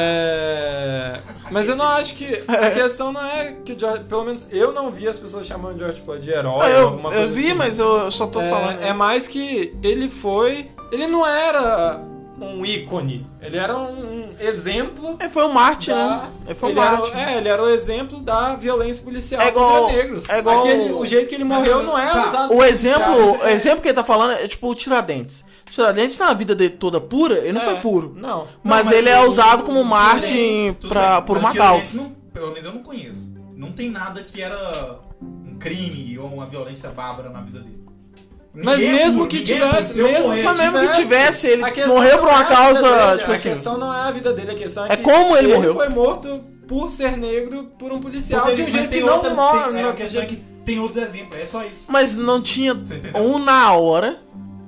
[SPEAKER 3] É... Mas eu não acho que. A questão não é que. o George... Pelo menos eu não vi as pessoas chamando o George Floyd de herói.
[SPEAKER 1] Ah, eu,
[SPEAKER 3] alguma coisa
[SPEAKER 1] eu vi,
[SPEAKER 3] assim.
[SPEAKER 1] mas eu, eu só tô
[SPEAKER 3] é,
[SPEAKER 1] falando.
[SPEAKER 3] É mais que ele foi. Ele não era um ícone. Ele era um um exemplo.
[SPEAKER 1] É, foi o Marte,
[SPEAKER 3] da-
[SPEAKER 1] né? É, foi o
[SPEAKER 3] ele era,
[SPEAKER 1] Marte.
[SPEAKER 3] é, ele era o exemplo da violência policial
[SPEAKER 1] É igual-
[SPEAKER 3] contra negros.
[SPEAKER 1] é igual-
[SPEAKER 3] Aquele- o jeito que ele morreu não é
[SPEAKER 4] Tá,
[SPEAKER 3] usado.
[SPEAKER 1] O exemplo,
[SPEAKER 3] policiais,
[SPEAKER 1] o exemplo que ele tá falando é tipo o Tiradentes. O Tiradentes na vida dele toda pura, ele não
[SPEAKER 3] É.
[SPEAKER 1] foi puro.
[SPEAKER 3] Não.
[SPEAKER 1] Mas,
[SPEAKER 4] mas
[SPEAKER 1] ele é
[SPEAKER 4] o-
[SPEAKER 1] usado como
[SPEAKER 4] o
[SPEAKER 1] Marte
[SPEAKER 4] Tiradentes, tudo
[SPEAKER 1] pra,
[SPEAKER 4] bem,
[SPEAKER 1] por
[SPEAKER 4] mas
[SPEAKER 1] uma
[SPEAKER 4] o Tiradentes
[SPEAKER 1] causa.
[SPEAKER 4] não- pelo menos eu não conheço. Não tem nada que era um crime ou uma violência bárbara na vida dele.
[SPEAKER 3] Mas
[SPEAKER 4] Ninguém é
[SPEAKER 3] mesmo
[SPEAKER 4] puro,
[SPEAKER 3] que
[SPEAKER 4] ninguém é
[SPEAKER 3] tivesse,
[SPEAKER 4] puro. Se eu
[SPEAKER 3] mesmo,
[SPEAKER 4] morrer-
[SPEAKER 1] Mas mesmo que tivesse, ele
[SPEAKER 3] a questão
[SPEAKER 1] morreu por
[SPEAKER 3] não é
[SPEAKER 1] uma
[SPEAKER 3] a vida
[SPEAKER 1] causa,
[SPEAKER 3] dele,
[SPEAKER 1] tipo
[SPEAKER 3] a
[SPEAKER 1] assim.
[SPEAKER 3] questão não é a vida dele, a questão é,
[SPEAKER 1] É
[SPEAKER 3] que
[SPEAKER 1] como ele morreu.
[SPEAKER 3] foi morto por ser negro por um policial
[SPEAKER 4] Porque
[SPEAKER 3] de um
[SPEAKER 4] ele-
[SPEAKER 3] jeito
[SPEAKER 4] tipo, mas tem
[SPEAKER 3] que não
[SPEAKER 4] outra-
[SPEAKER 3] morre. né?
[SPEAKER 4] tem- é,
[SPEAKER 3] não-
[SPEAKER 4] A questão é que tem outros exemplos, é só isso.
[SPEAKER 1] Mas não tinha
[SPEAKER 4] Você entendeu?
[SPEAKER 1] um na hora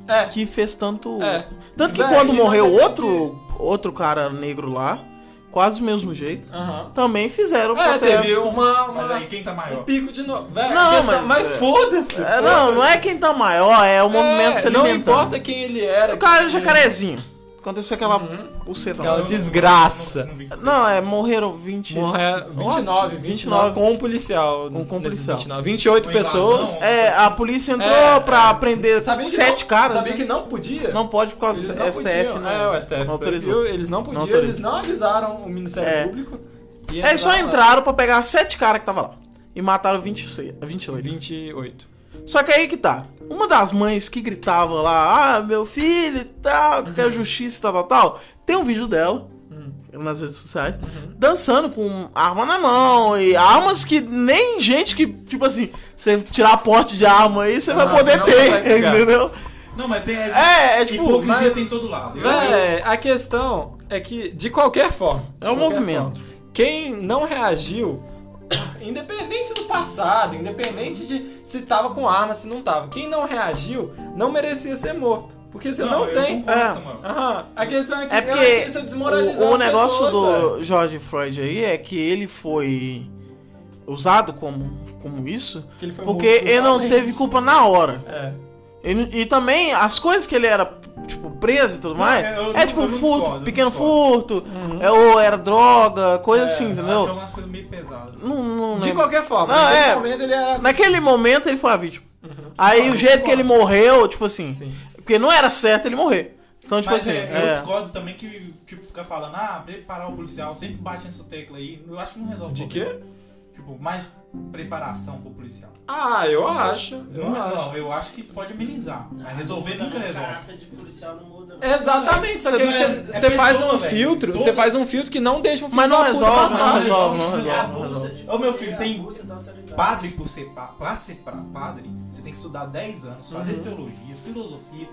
[SPEAKER 3] É,
[SPEAKER 1] que fez tanto.
[SPEAKER 3] é.
[SPEAKER 1] Tanto que
[SPEAKER 3] Véi,
[SPEAKER 1] quando
[SPEAKER 3] ele não
[SPEAKER 1] morreu
[SPEAKER 3] teve
[SPEAKER 1] outro, outro cara negro lá, quase do mesmo jeito,
[SPEAKER 3] Aham.
[SPEAKER 1] também fizeram
[SPEAKER 3] É,
[SPEAKER 1] protesto.
[SPEAKER 3] teve uma,
[SPEAKER 4] Mas
[SPEAKER 3] uma
[SPEAKER 4] aí quem tá
[SPEAKER 3] um
[SPEAKER 4] maior?
[SPEAKER 3] pico de novo. Véi,
[SPEAKER 1] Não,
[SPEAKER 3] a questão-
[SPEAKER 1] mas-
[SPEAKER 3] mas foda-se.
[SPEAKER 1] É, não, não é quem tá maior, é o movimento se
[SPEAKER 3] Não
[SPEAKER 1] alimentando.
[SPEAKER 3] importa quem ele era.
[SPEAKER 1] O cara é
[SPEAKER 3] quem-
[SPEAKER 1] jacarezinho. Aconteceu aquela
[SPEAKER 3] Uhum.
[SPEAKER 1] pulseta
[SPEAKER 3] Aquela
[SPEAKER 1] lá.
[SPEAKER 4] Eu não-
[SPEAKER 3] desgraça.
[SPEAKER 4] não- não vi.
[SPEAKER 1] Não, é, morreram 20.
[SPEAKER 3] Morrer 29, 29,
[SPEAKER 1] 29.
[SPEAKER 3] com um policial.
[SPEAKER 1] Com- com um
[SPEAKER 3] nesses
[SPEAKER 1] policial.
[SPEAKER 3] 29. 28
[SPEAKER 4] Uma
[SPEAKER 3] pessoas.
[SPEAKER 4] invasão,
[SPEAKER 1] É, a polícia entrou
[SPEAKER 3] É,
[SPEAKER 1] pra
[SPEAKER 4] é.
[SPEAKER 1] prender
[SPEAKER 3] Sabia que
[SPEAKER 1] sete
[SPEAKER 3] não,
[SPEAKER 1] caras.
[SPEAKER 3] Sabia
[SPEAKER 1] né?
[SPEAKER 3] que não podia.
[SPEAKER 1] Não pode por
[SPEAKER 3] Eles
[SPEAKER 1] causa do
[SPEAKER 3] não
[SPEAKER 1] STF,
[SPEAKER 3] podiam.
[SPEAKER 1] não,
[SPEAKER 3] É, o STF
[SPEAKER 1] não
[SPEAKER 3] autorizou.
[SPEAKER 1] autorizou.
[SPEAKER 3] Eles não podiam,
[SPEAKER 1] autorizou.
[SPEAKER 3] eles não avisaram o Ministério
[SPEAKER 1] É.
[SPEAKER 3] Público. e
[SPEAKER 1] É, só
[SPEAKER 3] entraram lá.
[SPEAKER 1] entraram pra pegar sete caras que tava lá. E mataram 26, 28.
[SPEAKER 3] 28.
[SPEAKER 1] Só que aí que tá. Uma das mães que gritava lá, ah, meu filho e tal, que a justiça e tal, tal, tal, tem um vídeo dela
[SPEAKER 3] Uhum.
[SPEAKER 1] nas redes sociais
[SPEAKER 3] Uhum.
[SPEAKER 1] dançando com arma na mão e armas que nem gente que, tipo assim, você tirar porte de arma aí, você vai
[SPEAKER 3] Ah,
[SPEAKER 1] poder
[SPEAKER 3] você não
[SPEAKER 1] ter,
[SPEAKER 3] vai pegar.
[SPEAKER 1] entendeu?
[SPEAKER 4] Não, mas tem. É,
[SPEAKER 1] É, é tipo.
[SPEAKER 4] hipocrisia
[SPEAKER 3] mas- é,
[SPEAKER 4] tem todo lado. Eu- eu-
[SPEAKER 3] Véi, a questão é que, de qualquer forma. de
[SPEAKER 1] É um
[SPEAKER 3] qualquer
[SPEAKER 1] movimento.
[SPEAKER 3] forma, quem não reagiu, independente do passado, independente de se tava com arma, se não tava, quem não reagiu não merecia ser morto. Porque você não,
[SPEAKER 4] eu
[SPEAKER 3] tem.
[SPEAKER 4] concordo,
[SPEAKER 1] É.
[SPEAKER 4] Samuel.
[SPEAKER 3] Aham. A questão é que
[SPEAKER 1] É
[SPEAKER 3] eu acho
[SPEAKER 1] porque
[SPEAKER 3] que isso é desmoralizar
[SPEAKER 1] O, o
[SPEAKER 3] as
[SPEAKER 1] negócio
[SPEAKER 3] pessoas,
[SPEAKER 1] do George Floyd aí é que ele foi usado como, como isso
[SPEAKER 3] velho. é, Que ele foi
[SPEAKER 1] porque
[SPEAKER 3] morto
[SPEAKER 1] ele não
[SPEAKER 4] é
[SPEAKER 3] brutalmente.
[SPEAKER 1] teve culpa na hora.
[SPEAKER 3] É.
[SPEAKER 1] E, e também as coisas que ele era, tipo, preso e tudo mais.
[SPEAKER 4] eu- eu
[SPEAKER 1] é tipo
[SPEAKER 4] não
[SPEAKER 1] furto,
[SPEAKER 4] discordo, eu não
[SPEAKER 1] pequeno
[SPEAKER 4] discordo. É,
[SPEAKER 1] furto,
[SPEAKER 3] Uhum.
[SPEAKER 1] é, ou era droga, coisa assim,
[SPEAKER 4] Eu acho
[SPEAKER 1] entendeu?
[SPEAKER 4] algumas coisas meio pesadas.
[SPEAKER 1] Não, não
[SPEAKER 3] De
[SPEAKER 1] lembro.
[SPEAKER 3] qualquer forma,
[SPEAKER 1] Não,
[SPEAKER 3] naquele
[SPEAKER 1] é.
[SPEAKER 3] momento ele era.
[SPEAKER 1] Naquele momento ele foi a vítima.
[SPEAKER 3] Uhum.
[SPEAKER 1] Aí
[SPEAKER 4] Ah,
[SPEAKER 1] o jeito que ele morreu, tipo assim,
[SPEAKER 3] Sim.
[SPEAKER 1] porque não era certo ele morrer. Então, tipo
[SPEAKER 4] Mas
[SPEAKER 1] assim,
[SPEAKER 4] é, eu
[SPEAKER 1] é.
[SPEAKER 4] discordo também que, tipo, ficar falando, ah, preparar o policial, sempre bate nessa tecla aí. Eu acho que não resolve.
[SPEAKER 3] De
[SPEAKER 4] o problema.
[SPEAKER 3] quê?
[SPEAKER 4] Tipo, mais preparação pro policial.
[SPEAKER 3] Ah, eu acho. Eu
[SPEAKER 4] Não, é,
[SPEAKER 3] acho.
[SPEAKER 4] não, eu acho que pode amenizar.
[SPEAKER 5] Ah,
[SPEAKER 4] Mas resolver nunca
[SPEAKER 5] O
[SPEAKER 4] resolve.
[SPEAKER 5] caráter de policial não muda. não.
[SPEAKER 3] Exatamente, só
[SPEAKER 1] Você
[SPEAKER 3] que aí
[SPEAKER 1] não
[SPEAKER 3] você,
[SPEAKER 4] é- é
[SPEAKER 3] você faz
[SPEAKER 4] pessoa,
[SPEAKER 3] um
[SPEAKER 4] velho.
[SPEAKER 3] filtro,
[SPEAKER 4] Todo-
[SPEAKER 3] você faz um filtro que não deixa um filtro
[SPEAKER 1] Mas não
[SPEAKER 3] da puta
[SPEAKER 1] resolve,
[SPEAKER 3] passar.
[SPEAKER 1] não resolve, não
[SPEAKER 5] É
[SPEAKER 1] resolve, não
[SPEAKER 5] abuso
[SPEAKER 1] resolve.
[SPEAKER 5] de
[SPEAKER 4] Ô, meu
[SPEAKER 5] poder,
[SPEAKER 4] filho, tem
[SPEAKER 5] abuso da autoridade.
[SPEAKER 4] Padre, por ser pa- pra ser pra padre, você tem que estudar 10 anos, fazer
[SPEAKER 3] Uhum.
[SPEAKER 4] teologia, filosofia.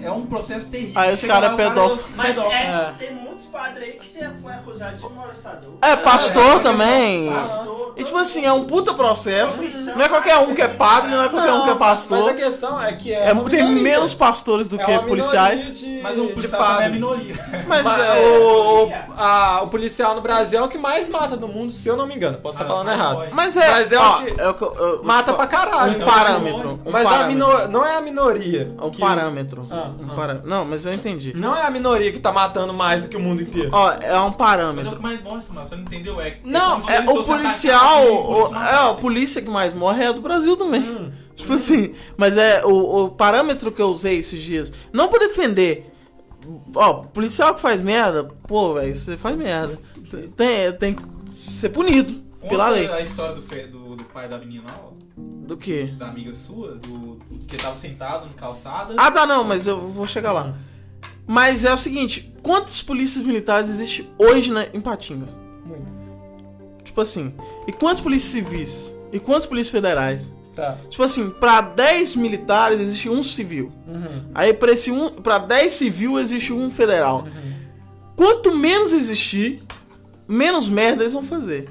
[SPEAKER 4] É, é um processo terrível.
[SPEAKER 1] Aí os
[SPEAKER 4] Chega
[SPEAKER 1] cara
[SPEAKER 4] lá,
[SPEAKER 1] é
[SPEAKER 4] o cara
[SPEAKER 1] pedófilo.
[SPEAKER 4] é
[SPEAKER 5] Mas
[SPEAKER 4] pedófilo.
[SPEAKER 5] é, tem muitos padres aí que você foi acusado de molestador.
[SPEAKER 1] É, pastor
[SPEAKER 4] é,
[SPEAKER 1] também.
[SPEAKER 5] Pastor,
[SPEAKER 1] E tipo
[SPEAKER 5] todo
[SPEAKER 1] assim,
[SPEAKER 5] mundo.
[SPEAKER 1] é um puta processo. Não é qualquer um que é padre, não é qualquer um que é
[SPEAKER 3] Mas a
[SPEAKER 1] pastor.
[SPEAKER 3] questão é que é.
[SPEAKER 1] É,
[SPEAKER 3] uma
[SPEAKER 1] tem
[SPEAKER 3] minoria.
[SPEAKER 1] menos pastores do
[SPEAKER 3] É
[SPEAKER 1] que
[SPEAKER 3] uma
[SPEAKER 1] policiais.
[SPEAKER 3] minoria De,
[SPEAKER 4] Mas o
[SPEAKER 3] de
[SPEAKER 4] policial também é
[SPEAKER 3] padres.
[SPEAKER 4] minoria.
[SPEAKER 1] Mas
[SPEAKER 3] Mas,
[SPEAKER 1] é,
[SPEAKER 3] o, o,
[SPEAKER 5] é.
[SPEAKER 3] a- o policial no Brasil é o que mais mata no mundo, se eu não me engano. Posso estar
[SPEAKER 4] Ah,
[SPEAKER 3] falando
[SPEAKER 4] não,
[SPEAKER 3] errado.
[SPEAKER 4] pode.
[SPEAKER 1] Mas é.
[SPEAKER 3] Mas é o
[SPEAKER 1] ó,
[SPEAKER 3] que-
[SPEAKER 1] é o que eu- eu-
[SPEAKER 3] Mata
[SPEAKER 1] eu-
[SPEAKER 3] pra caralho.
[SPEAKER 1] Um
[SPEAKER 3] né?
[SPEAKER 1] parâmetro. Um
[SPEAKER 3] Mas a
[SPEAKER 1] parâmetro.
[SPEAKER 3] minor... não é a minoria.
[SPEAKER 1] É Um
[SPEAKER 3] que-
[SPEAKER 1] parâmetro.
[SPEAKER 3] Ah,
[SPEAKER 1] um
[SPEAKER 3] ah.
[SPEAKER 1] parâmetro. Não, mas eu entendi.
[SPEAKER 3] Não é a minoria que tá matando mais do que o mundo inteiro.
[SPEAKER 1] Ó, é um
[SPEAKER 4] Mas é o
[SPEAKER 1] parâmetro.
[SPEAKER 4] que mais morre, mano. Você não entendeu? É,
[SPEAKER 3] Não,
[SPEAKER 4] como se assim,
[SPEAKER 1] É,
[SPEAKER 4] eles
[SPEAKER 1] o
[SPEAKER 4] fossem atacar
[SPEAKER 1] policial. o-
[SPEAKER 4] alguém, o
[SPEAKER 1] é, a
[SPEAKER 4] policial
[SPEAKER 1] polícia que mais morre é a do Brasil também.
[SPEAKER 3] Hum.
[SPEAKER 1] Tipo assim, mas é o, o parâmetro que eu usei esses dias. Não pra defender. Ó, policial que faz merda, pô, velho, você faz merda. Tem, tem que ser punido
[SPEAKER 4] Conta
[SPEAKER 1] pela lei.
[SPEAKER 4] a história do, fe- do- do pai da menina lá, ó,
[SPEAKER 1] Do que?
[SPEAKER 4] da amiga sua, do que tava sentado no calçada.
[SPEAKER 1] Ah, tá, não, mas eu vou chegar lá. Mas é o seguinte: quantos polícias militares existe hoje na, em Patinga?
[SPEAKER 3] hum, Muito.
[SPEAKER 1] Tipo assim, e quantos polícias civis? E quantos polícias federais?
[SPEAKER 3] Tá.
[SPEAKER 1] Tipo assim, pra 10 militares existe um civil.
[SPEAKER 3] Uhum.
[SPEAKER 1] Aí pra, esse um, pra 10 civil existe um federal.
[SPEAKER 3] Uhum.
[SPEAKER 1] Quanto menos existir, menos merda eles vão fazer.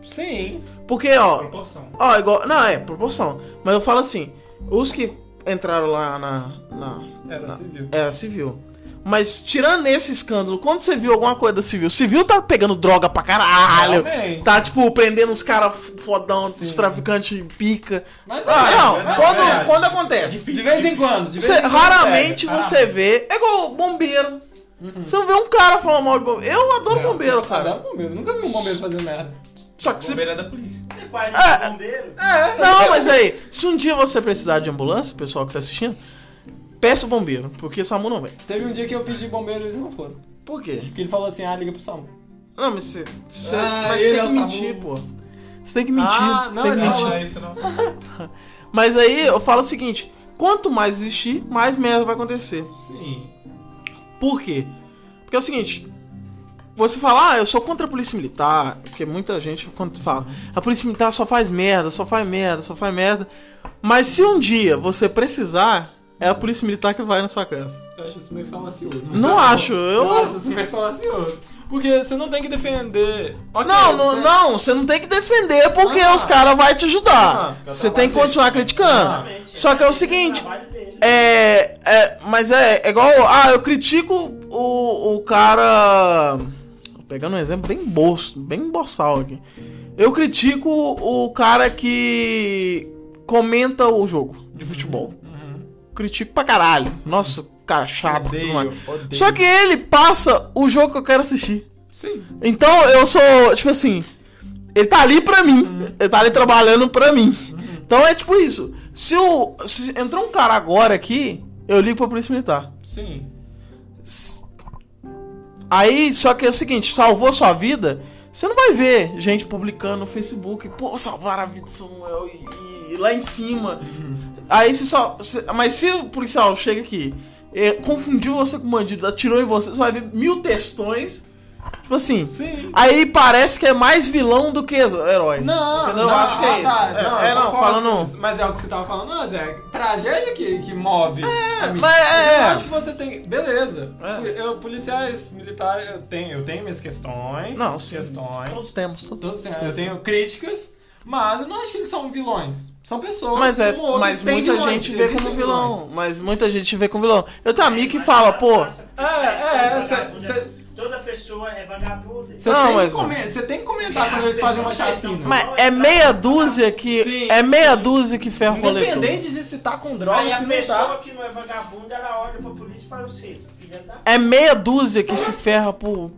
[SPEAKER 3] Sim.
[SPEAKER 1] Porque, ó,
[SPEAKER 4] Proporção.
[SPEAKER 1] ó, igual. Não, é proporção. Mas eu falo assim: os que entraram lá na- na
[SPEAKER 3] Era
[SPEAKER 1] Não.
[SPEAKER 3] civil.
[SPEAKER 1] É, civil. Mas tirando esse escândalo, quando você viu alguma coisa da civil? Civil tá pegando droga pra caralho.
[SPEAKER 3] Realmente.
[SPEAKER 1] Tá, tipo, prendendo uns caras fodão,
[SPEAKER 3] Sim.
[SPEAKER 1] os traficantes pica.
[SPEAKER 3] Mas
[SPEAKER 1] Ah,
[SPEAKER 3] é,
[SPEAKER 1] não,
[SPEAKER 3] mas
[SPEAKER 1] quando,
[SPEAKER 3] é.
[SPEAKER 1] quando acontece?
[SPEAKER 3] De vez em quando. De vez
[SPEAKER 1] Você-
[SPEAKER 3] em quando
[SPEAKER 1] raramente
[SPEAKER 3] pega.
[SPEAKER 1] você vê. É igual bombeiro.
[SPEAKER 3] Uhum.
[SPEAKER 1] Você não vê um cara falando mal de bombeiro. Eu adoro um bombeiro,
[SPEAKER 3] Eu
[SPEAKER 1] cara.
[SPEAKER 3] adoro bombeiro. Nunca vi um bombeiro fazer merda.
[SPEAKER 1] Só que
[SPEAKER 4] O
[SPEAKER 1] se.
[SPEAKER 4] bombeiro é da polícia.
[SPEAKER 5] Você quase
[SPEAKER 1] Ah.
[SPEAKER 5] é bombeiro.
[SPEAKER 3] É.
[SPEAKER 1] Não, mas aí, se um dia você precisar de ambulância, o pessoal que tá assistindo, peça o bombeiro, porque SAMU não vem.
[SPEAKER 3] Teve um dia que eu pedi bombeiro e eles não foram.
[SPEAKER 1] Por quê?
[SPEAKER 3] Porque ele falou assim, ah, liga pro Samu.
[SPEAKER 1] Não, mas você. você-
[SPEAKER 4] Ah,
[SPEAKER 1] mas você
[SPEAKER 4] ele
[SPEAKER 1] tem
[SPEAKER 4] é
[SPEAKER 1] que
[SPEAKER 4] o
[SPEAKER 1] mentir,
[SPEAKER 4] Samu.
[SPEAKER 1] pô. Você tem que mentir.
[SPEAKER 3] Ah,
[SPEAKER 1] você
[SPEAKER 3] não,
[SPEAKER 1] tem né? que
[SPEAKER 3] ele
[SPEAKER 4] Não,
[SPEAKER 1] mentir.
[SPEAKER 4] não é isso não.
[SPEAKER 1] Mas aí eu falo o seguinte: quanto mais existir, mais merda vai acontecer.
[SPEAKER 3] Sim.
[SPEAKER 1] Por quê? Porque é o seguinte. Você fala, ah, eu sou contra a polícia militar, porque muita gente quando fala, a polícia militar só faz merda, só faz merda, só faz merda. Mas se um dia você precisar, é a polícia militar que vai na sua casa.
[SPEAKER 3] Eu acho isso meio falacioso.
[SPEAKER 1] Não acho, eu-
[SPEAKER 3] acho isso meio falacioso. Porque você não tem que defender... Ok,
[SPEAKER 1] não, não,
[SPEAKER 3] você-
[SPEAKER 1] não, você não tem que defender porque
[SPEAKER 3] Ah.
[SPEAKER 1] os caras vão te ajudar.
[SPEAKER 3] Ah,
[SPEAKER 1] você tem que continuar criticando.
[SPEAKER 3] Ah.
[SPEAKER 5] Exatamente.
[SPEAKER 1] Só que é o
[SPEAKER 5] Esse
[SPEAKER 1] seguinte,
[SPEAKER 5] trabalho dele.
[SPEAKER 1] É, é, mas é, é igual. Ah, eu critico o, o cara. tô Pegando um exemplo bem bolso, bem boçal aqui. Eu critico o cara que comenta o jogo de futebol.
[SPEAKER 3] Uhum.
[SPEAKER 1] Critico pra caralho. Nossa, cara chato. tudo
[SPEAKER 3] Odeio,
[SPEAKER 1] mais.
[SPEAKER 3] odeio.
[SPEAKER 1] Só que ele passa o jogo que eu quero assistir.
[SPEAKER 3] Sim.
[SPEAKER 1] Então eu sou, tipo assim. Ele tá ali pra mim. Ele tá ali trabalhando pra mim. Então é tipo isso. Se, o, se entrar um cara agora aqui, eu ligo pra polícia militar.
[SPEAKER 3] Sim.
[SPEAKER 1] S- Aí, só que é o seguinte, salvou sua vida. Você não vai ver gente publicando no Facebook, pô, salvar a vida do Samuel e, e lá em cima. Aí você só. você- mas se o policial chega aqui, é, confundiu você com bandido, atirou em você, você vai ver mil textões. Tipo assim.
[SPEAKER 3] Sim.
[SPEAKER 1] Aí parece que é mais vilão do que herói.
[SPEAKER 3] Não,
[SPEAKER 1] Entendeu? Eu
[SPEAKER 3] não,
[SPEAKER 1] acho que é isso.
[SPEAKER 3] tá,
[SPEAKER 1] É, é,
[SPEAKER 3] eu
[SPEAKER 1] não,
[SPEAKER 3] concordo
[SPEAKER 1] falando-
[SPEAKER 3] com isso. Mas é o que você tava falando antes, é tragédia que, que move. a mídia.
[SPEAKER 1] mas é,
[SPEAKER 3] Eu
[SPEAKER 1] é.
[SPEAKER 3] acho que você tem. Beleza.
[SPEAKER 1] É.
[SPEAKER 3] Eu, policiais militares, eu tenho, eu tenho minhas questões.
[SPEAKER 1] Não, sim.
[SPEAKER 3] Questões.
[SPEAKER 1] Todos temos, todos.
[SPEAKER 3] Todos têm- eu tenho críticas, mas eu não acho que eles são vilões. São pessoas.
[SPEAKER 1] Mas é,
[SPEAKER 3] como outros,
[SPEAKER 1] mas
[SPEAKER 3] têm
[SPEAKER 1] muita
[SPEAKER 3] vilões,
[SPEAKER 1] gente vê
[SPEAKER 3] existem
[SPEAKER 1] como vilão.
[SPEAKER 3] vilões.
[SPEAKER 1] Mas muita gente vê como vilão. Eu tenho um amigo que fala, pô,
[SPEAKER 3] É, é,
[SPEAKER 5] Vagabunda.
[SPEAKER 3] você
[SPEAKER 5] Toda pessoa é vagabunda.
[SPEAKER 1] Não,
[SPEAKER 3] tem,
[SPEAKER 1] mas-
[SPEAKER 3] que comen- você tem que comentar quando eles fazem uma chacina.
[SPEAKER 1] mas é meia dúzia que.
[SPEAKER 3] Sim.
[SPEAKER 1] É um meia dúzia que ferra o rolê todo.
[SPEAKER 3] Independente de se tá com droga,
[SPEAKER 5] Aí a
[SPEAKER 3] se não tá.
[SPEAKER 5] pessoa que não é vagabunda, ela olha pra polícia e fala assim, filha da...
[SPEAKER 1] É meia dúzia que se ferra por.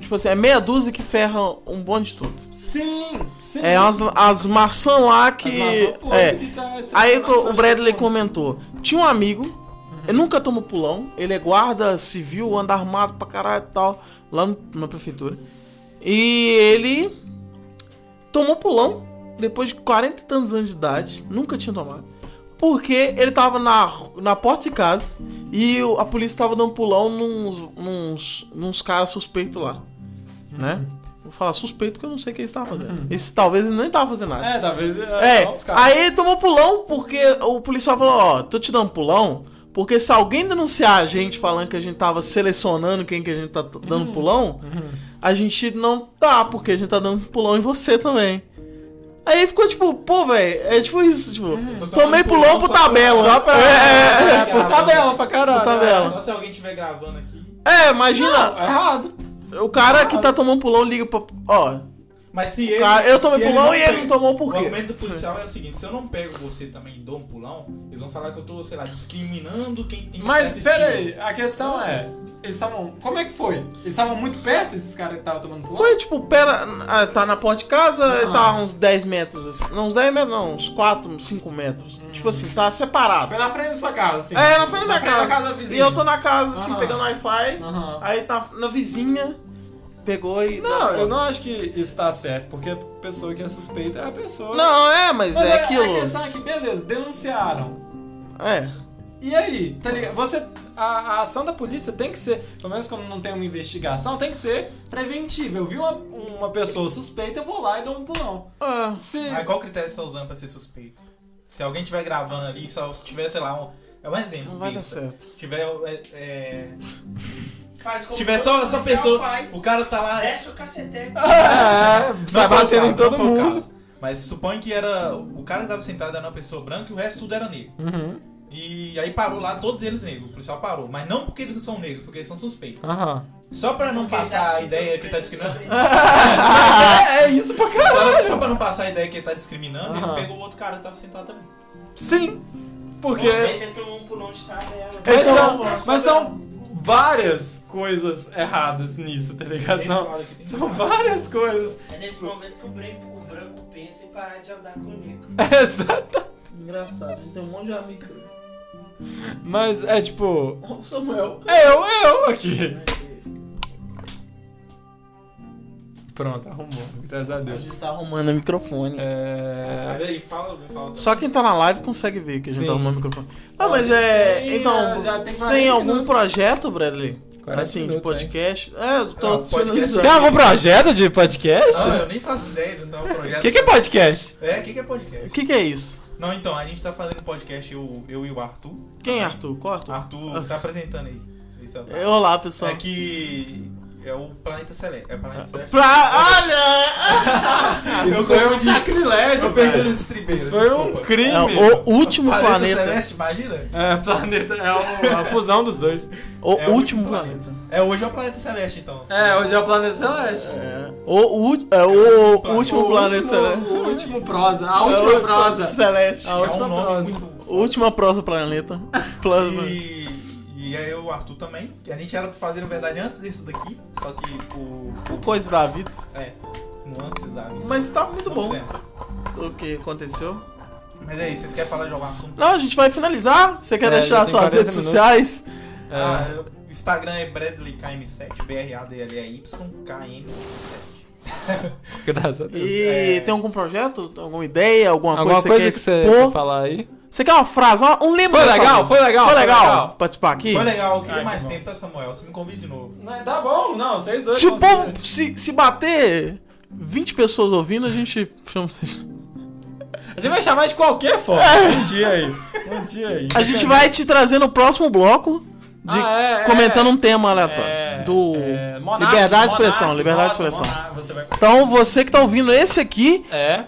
[SPEAKER 1] Tipo assim, é meia dúzia que ferra um bonde de tudo.
[SPEAKER 3] Sim, sim.
[SPEAKER 1] É as, as maçãs lá que.
[SPEAKER 3] um
[SPEAKER 1] é. Aí que
[SPEAKER 3] tá
[SPEAKER 1] o Bradley comentou: tinha um amigo, ele nunca toma pulão, ele é guarda civil, anda armado pra caralho e tal, lá no- na prefeitura. E ele tomou pulão depois de 40 e tantos anos de idade, nunca tinha tomado. Porque ele tava na, na porta de casa e o- a polícia tava dando pulão nos, nos, nos caras suspeitos lá, né? Vou falar suspeito porque eu não sei o que eles estavam fazendo.
[SPEAKER 3] Uhum.
[SPEAKER 1] Esse talvez ele nem tava fazendo nada.
[SPEAKER 3] É, talvez.
[SPEAKER 1] É,
[SPEAKER 3] só os caras.
[SPEAKER 1] aí ele tomou pulão porque o policial falou, ó, tô te dando pulão, porque se alguém denunciar a gente falando que a gente tava selecionando quem que a gente tá t- dando pulão,
[SPEAKER 3] Uhum.
[SPEAKER 1] a gente não tá, porque a gente tá dando pulão em você também. Aí ficou tipo, pô, velho, é tipo isso, tipo,
[SPEAKER 3] Uhum.
[SPEAKER 4] Eu tô
[SPEAKER 1] tomei
[SPEAKER 4] tomando
[SPEAKER 1] pulão por
[SPEAKER 4] só pra-
[SPEAKER 1] tabela.
[SPEAKER 4] só pra-
[SPEAKER 1] É, é, é,
[SPEAKER 3] É, por tabela, pra caralho.
[SPEAKER 1] Por tabela.
[SPEAKER 4] Só se alguém estiver gravando aqui.
[SPEAKER 1] É,
[SPEAKER 3] Não,
[SPEAKER 1] imagina,
[SPEAKER 3] é errado.
[SPEAKER 1] o cara que tá tomando pulão liga pra. Ó,
[SPEAKER 4] Mas se Ah, ele.
[SPEAKER 1] cara, Ah, eu tomei
[SPEAKER 4] se ele
[SPEAKER 1] pulão
[SPEAKER 4] não
[SPEAKER 1] e ele
[SPEAKER 4] pega-
[SPEAKER 1] não tomou por
[SPEAKER 4] O
[SPEAKER 1] quê?
[SPEAKER 4] argumento do policial é o seguinte: se eu não pego você também e dou um pulão, eles vão falar que eu tô, sei lá, discriminando quem tem.
[SPEAKER 3] Mas,
[SPEAKER 4] certo
[SPEAKER 3] pera
[SPEAKER 4] estilo.
[SPEAKER 3] aí, a questão é. Eles estavam. Como é que foi? Eles estavam muito perto, esses caras que estavam tomando pulão?
[SPEAKER 1] Foi tipo, pera, ah, tá na porta de casa,
[SPEAKER 3] Ah.
[SPEAKER 1] tá uns 10 metros, assim. Não, uns 10 metros, não, uns 4, uns 5 metros. Tipo assim, tá separado.
[SPEAKER 3] Foi Hum. na frente da sua casa, assim.
[SPEAKER 1] É, na frente da minha
[SPEAKER 3] da
[SPEAKER 1] casa.
[SPEAKER 3] casa
[SPEAKER 1] E
[SPEAKER 3] vizinha. Ah.
[SPEAKER 1] eu tô na casa, assim,
[SPEAKER 3] Aham.
[SPEAKER 1] pegando Wi-Fi,
[SPEAKER 3] Aham.
[SPEAKER 1] aí tá na vizinha, pegou e.
[SPEAKER 3] Não, eu não acho que isso tá certo, porque a pessoa que é suspeita é a pessoa.
[SPEAKER 1] Não, é, mas,
[SPEAKER 3] mas
[SPEAKER 1] é
[SPEAKER 3] a-
[SPEAKER 1] aquilo.
[SPEAKER 3] A questão é que, beleza, denunciaram.
[SPEAKER 1] É.
[SPEAKER 3] E aí, tá ligado? Você. A, a ação da polícia tem que ser, pelo menos como não tem uma investigação, tem que ser preventiva. Eu vi uma, uma pessoa suspeita, eu vou lá e dou um pulão.
[SPEAKER 1] Ah,
[SPEAKER 3] Se.
[SPEAKER 4] Aí qual critério você tá usando pra ser suspeito? Se alguém estiver gravando ali, só se tiver, sei lá, um. É um exemplo.
[SPEAKER 1] não vai dar
[SPEAKER 4] besta.
[SPEAKER 1] certo.
[SPEAKER 4] Se tiver. é, é,
[SPEAKER 5] Faz
[SPEAKER 4] Se
[SPEAKER 5] como
[SPEAKER 4] tiver
[SPEAKER 5] todo
[SPEAKER 4] só, só
[SPEAKER 5] policial
[SPEAKER 4] pessoa.
[SPEAKER 5] faz.
[SPEAKER 4] O cara tá lá. Ah,
[SPEAKER 5] Desce o cacetete.
[SPEAKER 3] É,
[SPEAKER 4] né? Não
[SPEAKER 3] vai
[SPEAKER 4] foi o
[SPEAKER 3] batendo em
[SPEAKER 4] caso, não
[SPEAKER 3] todo
[SPEAKER 4] foi o
[SPEAKER 3] mundo.
[SPEAKER 4] caso. Mas suponha que era. O cara que tava sentado era uma pessoa branca e o resto tudo era negro.
[SPEAKER 3] Uhum.
[SPEAKER 4] E aí parou lá, todos eles negros. O policial parou. Mas não porque eles são negros, porque eles são suspeitos.
[SPEAKER 3] Aham.
[SPEAKER 4] Só pra não
[SPEAKER 5] Porque eles
[SPEAKER 4] passar
[SPEAKER 5] acham
[SPEAKER 4] a ideia que tá
[SPEAKER 5] todo
[SPEAKER 4] discriminando.
[SPEAKER 5] mundo
[SPEAKER 3] É, é isso pra caralho.
[SPEAKER 4] Só, só pra não passar a ideia que ele tá discriminando,
[SPEAKER 3] Aham.
[SPEAKER 4] ele pegou o outro cara que tava sentado também.
[SPEAKER 1] Sim.
[SPEAKER 5] Porque...
[SPEAKER 3] Porque.
[SPEAKER 5] Seja todo mundo por onde tá dela.
[SPEAKER 1] Então,
[SPEAKER 3] Mas são,
[SPEAKER 1] vamos
[SPEAKER 3] mas são várias coisas erradas nisso, tá ligado?
[SPEAKER 4] Esse
[SPEAKER 3] São,
[SPEAKER 4] cara que tem
[SPEAKER 3] são
[SPEAKER 4] cara.
[SPEAKER 3] várias coisas.
[SPEAKER 5] É
[SPEAKER 1] Tipo,
[SPEAKER 5] nesse momento que o branco, o branco pensa em parar de andar com o negro.
[SPEAKER 3] Exato.
[SPEAKER 1] Engraçado, tem um monte de amigo.
[SPEAKER 3] Mas é tipo.
[SPEAKER 1] O Samuel.
[SPEAKER 3] Eu, eu aqui. Pronto, arrumou. Graças a
[SPEAKER 1] A
[SPEAKER 3] Deus.
[SPEAKER 1] gente tá arrumando o microfone.
[SPEAKER 3] É.
[SPEAKER 4] Mas aí fala, vou falar.
[SPEAKER 1] Só quem tá na live consegue ver que a gente
[SPEAKER 3] Sim.
[SPEAKER 1] tá arrumando o microfone. Ah, mas é.
[SPEAKER 3] Sim,
[SPEAKER 1] Então,
[SPEAKER 3] já tem
[SPEAKER 1] você tem
[SPEAKER 3] 40
[SPEAKER 1] algum
[SPEAKER 3] minutos.
[SPEAKER 1] projeto, Bradley?
[SPEAKER 3] 40
[SPEAKER 1] Assim, de
[SPEAKER 3] minutos,
[SPEAKER 1] podcast? É, eu tô
[SPEAKER 4] Não,
[SPEAKER 1] te
[SPEAKER 4] podcast-
[SPEAKER 1] analisando.
[SPEAKER 4] Tem algum
[SPEAKER 3] projeto de podcast?
[SPEAKER 4] Ah, eu nem faço ideia de não um projeto.
[SPEAKER 3] é podcast?
[SPEAKER 4] É, o que, que é
[SPEAKER 1] O
[SPEAKER 4] podcast?
[SPEAKER 1] que, que é isso?
[SPEAKER 4] Não, então, a gente tá fazendo podcast, eu, eu e o Arthur.
[SPEAKER 1] Quem é Arthur? Qual Arthur?
[SPEAKER 4] Arthur tá apresentando aí. Esse é o-
[SPEAKER 1] É, Olá, pessoal.
[SPEAKER 4] É que. É o Planeta Celeste. É o
[SPEAKER 3] Ah.
[SPEAKER 4] Planeta Celeste.
[SPEAKER 1] Pra. Olha!
[SPEAKER 3] Isso foi um sacrilégio,
[SPEAKER 4] Eu perdi
[SPEAKER 3] velho.
[SPEAKER 4] os estribeiros.
[SPEAKER 3] Isso foi um
[SPEAKER 4] desculpa.
[SPEAKER 3] crime.
[SPEAKER 1] É o último
[SPEAKER 4] planeta,
[SPEAKER 1] planeta.
[SPEAKER 4] Celeste, imagina?
[SPEAKER 3] É, planeta. É o- a fusão dos dois.
[SPEAKER 1] O
[SPEAKER 4] É
[SPEAKER 1] último planeta.
[SPEAKER 4] É, hoje é o Planeta Celeste, então.
[SPEAKER 3] É, hoje é o planeta celeste.
[SPEAKER 1] É. O, ú- é, o
[SPEAKER 4] O
[SPEAKER 1] último planeta. né? celeste.
[SPEAKER 3] O último prosa. A
[SPEAKER 1] É o
[SPEAKER 3] última
[SPEAKER 1] último
[SPEAKER 3] prosa.
[SPEAKER 1] Celeste.
[SPEAKER 4] é um nome
[SPEAKER 3] prosa.
[SPEAKER 4] muito. foda.
[SPEAKER 1] Última prosa planeta. Plasma.
[SPEAKER 4] E, e aí eu, o Arthur também. que A gente era pra fazer, na verdade, antes desse daqui. Só que o.
[SPEAKER 1] Coisa da vida.
[SPEAKER 4] É, nuances da vida.
[SPEAKER 1] Mas tá muito
[SPEAKER 4] Não
[SPEAKER 1] bom
[SPEAKER 4] fizemos.
[SPEAKER 1] o que aconteceu.
[SPEAKER 4] Mas é isso, vocês querem falar de algum assunto?
[SPEAKER 1] Não, a gente vai finalizar. Você quer
[SPEAKER 3] É, já
[SPEAKER 1] deixar
[SPEAKER 3] tem
[SPEAKER 1] suas
[SPEAKER 3] 40
[SPEAKER 1] redes
[SPEAKER 3] minutos.
[SPEAKER 1] sociais?
[SPEAKER 4] é Ah, o Instagram é BradleyKM7, B-R-A-D-L-E-Y-K-M.
[SPEAKER 3] Graças a Deus. É.
[SPEAKER 1] E tem algum projeto? Alguma ideia? Alguma,
[SPEAKER 3] Alguma
[SPEAKER 1] coisa,
[SPEAKER 3] coisa que é tipo
[SPEAKER 1] que você
[SPEAKER 3] você quer
[SPEAKER 1] quer expor?
[SPEAKER 3] falar aí?
[SPEAKER 1] Você quer uma frase? uma- Um lembro.
[SPEAKER 3] Foi legal, foi legal,
[SPEAKER 1] Foi
[SPEAKER 3] foi
[SPEAKER 1] legal.
[SPEAKER 3] legal.
[SPEAKER 1] Participar aqui?
[SPEAKER 4] Foi legal, eu queria
[SPEAKER 3] Ah,
[SPEAKER 4] mais
[SPEAKER 3] tá bom.
[SPEAKER 4] tempo, tá, Samuel? Você me convida de novo.
[SPEAKER 3] Não, tá bom, não, vocês dois.
[SPEAKER 1] Se o
[SPEAKER 3] vão
[SPEAKER 1] povo.
[SPEAKER 3] ser-
[SPEAKER 1] Se, se bater 20 pessoas ouvindo, a gente chama vocês.
[SPEAKER 3] A gente vai chamar de qualquer forma. Um dia aí. Um dia aí.
[SPEAKER 1] A gente vai te trazer no próximo bloco de-
[SPEAKER 3] Ah, é, é,
[SPEAKER 1] comentando
[SPEAKER 3] é.
[SPEAKER 1] um tema aleatório.
[SPEAKER 3] É,
[SPEAKER 1] do
[SPEAKER 3] é, Monark,
[SPEAKER 1] Liberdade de
[SPEAKER 3] Monark,
[SPEAKER 1] expressão, liberdade de
[SPEAKER 3] nossa,
[SPEAKER 1] expressão.
[SPEAKER 3] Monark, você vai-
[SPEAKER 1] Então você que tá ouvindo esse aqui,
[SPEAKER 3] É.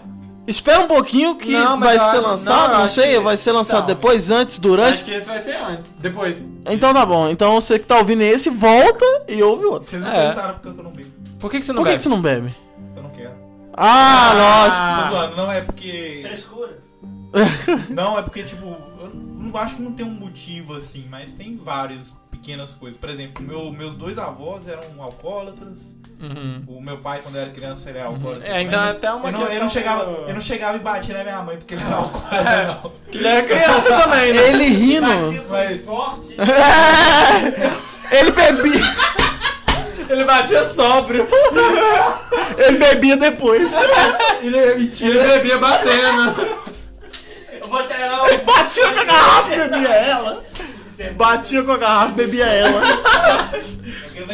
[SPEAKER 1] espera um pouquinho que
[SPEAKER 3] Não,
[SPEAKER 1] vai
[SPEAKER 3] mas eu
[SPEAKER 1] ser
[SPEAKER 3] acho-
[SPEAKER 1] lançado,
[SPEAKER 3] não, eu
[SPEAKER 1] não,
[SPEAKER 3] acho
[SPEAKER 1] sei,
[SPEAKER 3] que-
[SPEAKER 1] vai ser lançado
[SPEAKER 3] então,
[SPEAKER 1] depois, antes, durante.
[SPEAKER 3] Acho que esse vai ser antes. Depois.
[SPEAKER 1] Então tá bom. Então você que tá ouvindo esse, volta e ouve outro.
[SPEAKER 4] Vocês não
[SPEAKER 3] É.
[SPEAKER 4] perguntaram porque eu não bebo.
[SPEAKER 3] Por que, que você não
[SPEAKER 1] Por que,
[SPEAKER 3] vai?
[SPEAKER 1] que você não bebe?
[SPEAKER 4] Eu não quero.
[SPEAKER 1] Ah, nossa.
[SPEAKER 4] Tô zoando, não é porque.
[SPEAKER 5] Frescura.
[SPEAKER 4] Não, é porque, tipo, eu não acho que não tem um motivo assim, mas tem várias pequenas coisas. Por exemplo, meu, meus dois avós eram alcoólatras.
[SPEAKER 3] Uhum.
[SPEAKER 4] O meu pai, quando era criança, ele era alcoólatra.
[SPEAKER 3] É, ainda
[SPEAKER 4] também.
[SPEAKER 3] até uma
[SPEAKER 4] eu não,
[SPEAKER 3] questão
[SPEAKER 4] eu, não chegava,
[SPEAKER 3] do- É.
[SPEAKER 4] eu não chegava e batia na minha mãe porque ele era alcoólatra. não.
[SPEAKER 3] Ele era criança também, né?
[SPEAKER 1] Ele rindo.
[SPEAKER 5] Batido
[SPEAKER 4] Mas-
[SPEAKER 5] esporte.
[SPEAKER 1] ele bebia.
[SPEAKER 3] Ele batia sóbrio.
[SPEAKER 1] Ele bebia depois.
[SPEAKER 4] Ele é mentira.
[SPEAKER 3] Ele bebia batendo.
[SPEAKER 5] Eu vou treinar um
[SPEAKER 1] Batia com a garrafa, bebia ela.
[SPEAKER 5] é
[SPEAKER 1] Batia com a garrafa, bebia ela.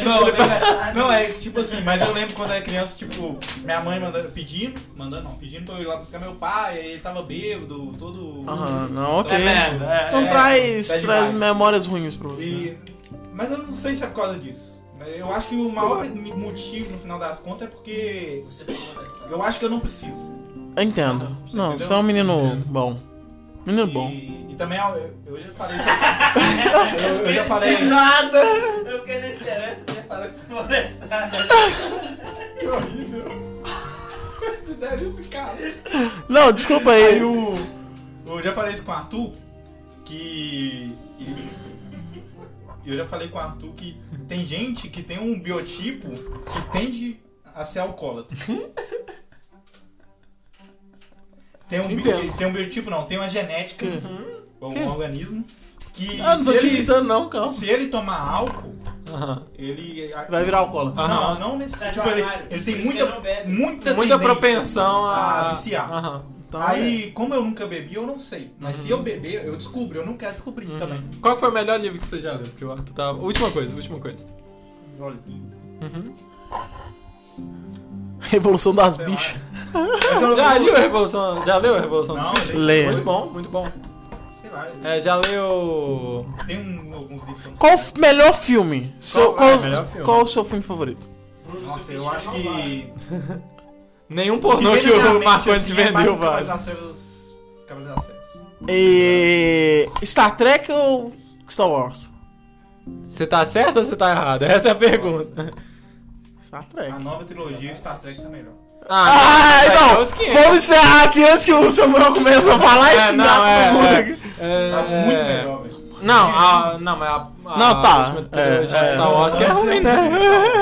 [SPEAKER 4] Não, Não, é que, tipo assim, mas eu lembro quando eu era criança, tipo, minha mãe mandando, pedindo, mandando não, pedindo pra eu ir lá buscar meu pai, aí ele tava bêbado, todo.
[SPEAKER 1] Ah, não, ok.
[SPEAKER 4] É merda,
[SPEAKER 3] é,
[SPEAKER 1] Então
[SPEAKER 4] é,
[SPEAKER 1] traz,
[SPEAKER 4] tá
[SPEAKER 1] traz
[SPEAKER 4] demais.
[SPEAKER 1] memórias ruins pra você.
[SPEAKER 4] E- Mas eu não sei se é por causa disso. Eu acho que o maior mi- motivo, no final das contas, é porque
[SPEAKER 5] Você falou nessa hora.
[SPEAKER 4] eu acho que eu não preciso.
[SPEAKER 1] Eu Entendo.
[SPEAKER 4] Você
[SPEAKER 1] Não,
[SPEAKER 4] entendeu?
[SPEAKER 1] você é um menino bom. Menino
[SPEAKER 4] e,
[SPEAKER 1] é bom.
[SPEAKER 4] E também, eu, eu já falei isso aqui. eu, eu já falei.
[SPEAKER 5] Nada! Eu fiquei na esperança que você falou que vou molestar.
[SPEAKER 4] Que horrível. Você deve ficar.
[SPEAKER 1] Não, desculpa
[SPEAKER 4] Aí
[SPEAKER 1] aí.
[SPEAKER 4] o. Eu já falei isso com o Arthur que. e- eu já falei com o Arthur que tem gente que tem um biotipo que tende a ser alcoólatra. Tem um, bi-
[SPEAKER 1] Entendo. Uhum.
[SPEAKER 4] tem um biotipo, não, tem uma genética,
[SPEAKER 1] Que?
[SPEAKER 4] ou
[SPEAKER 1] Que?
[SPEAKER 4] um organismo, que
[SPEAKER 1] Ah, não tô
[SPEAKER 4] se,
[SPEAKER 1] te
[SPEAKER 4] ele,
[SPEAKER 1] gritando, não, calma.
[SPEAKER 4] se ele tomar álcool,
[SPEAKER 3] Aham.
[SPEAKER 4] ele.
[SPEAKER 1] Vai virar alcoólatra.
[SPEAKER 4] Não, não nesse
[SPEAKER 5] Sai do
[SPEAKER 4] tipo, ele,
[SPEAKER 5] armário.
[SPEAKER 4] ele tem
[SPEAKER 5] Por isso que ele
[SPEAKER 4] muita,
[SPEAKER 5] não bebe.
[SPEAKER 3] Muita
[SPEAKER 4] muita, tendência
[SPEAKER 3] propensão a...
[SPEAKER 4] a viciar.
[SPEAKER 3] Aham.
[SPEAKER 1] Então,
[SPEAKER 4] Aí, como eu nunca bebi, eu não sei. Mas se eu beber, eu descubro. Eu não quero descobrir
[SPEAKER 1] é.
[SPEAKER 3] Uhum.
[SPEAKER 4] também.
[SPEAKER 3] Qual que foi o melhor livro que você já leu? Porque o Arthur tava... Última coisa, última coisa.
[SPEAKER 4] Olha.
[SPEAKER 3] Uhum.
[SPEAKER 1] Revolução das bichas.
[SPEAKER 3] Já leu a Revolução... Já leu a Revolução
[SPEAKER 4] Não,
[SPEAKER 3] dos Bichos?
[SPEAKER 1] leio.
[SPEAKER 3] Muito bom, muito bom.
[SPEAKER 4] Sei lá.
[SPEAKER 3] É, já leu...
[SPEAKER 4] Tem um, alguns livros que eu não
[SPEAKER 1] Qual o
[SPEAKER 4] sei.
[SPEAKER 1] f- melhor filme? Seu-
[SPEAKER 3] Qual-
[SPEAKER 1] qual,
[SPEAKER 3] é, melhor filme.
[SPEAKER 1] qual o seu filme favorito?
[SPEAKER 4] Nossa, eu acho que.
[SPEAKER 3] Nenhum pornô que o
[SPEAKER 4] Primeiramente,
[SPEAKER 3] Marcante
[SPEAKER 4] assim, é mais
[SPEAKER 3] vendeu
[SPEAKER 4] que
[SPEAKER 3] vale.
[SPEAKER 4] Cavaleiros das Trevas- Cavaleiros das Trevas.
[SPEAKER 1] E... Star Trek ou Star Wars?
[SPEAKER 3] Você tá certo ou você tá errado? Essa é a pergunta.
[SPEAKER 1] Star Trek.
[SPEAKER 4] A nova trilogia Star Trek tá melhor.
[SPEAKER 1] Ah,
[SPEAKER 3] vai ter
[SPEAKER 1] então,
[SPEAKER 3] outros 500.
[SPEAKER 1] vamos encerrar aqui antes que o Samuel comece a falar e
[SPEAKER 3] É,
[SPEAKER 1] xingar
[SPEAKER 3] não, é,
[SPEAKER 1] todo mundo
[SPEAKER 3] é.
[SPEAKER 1] aqui.
[SPEAKER 3] É,
[SPEAKER 4] Tá muito melhor, velho.
[SPEAKER 3] Não, a, não, mas a, a
[SPEAKER 1] Não, tá.
[SPEAKER 3] última trilogia
[SPEAKER 1] É,
[SPEAKER 3] de Star Wars que é
[SPEAKER 4] é.
[SPEAKER 3] ruim, né?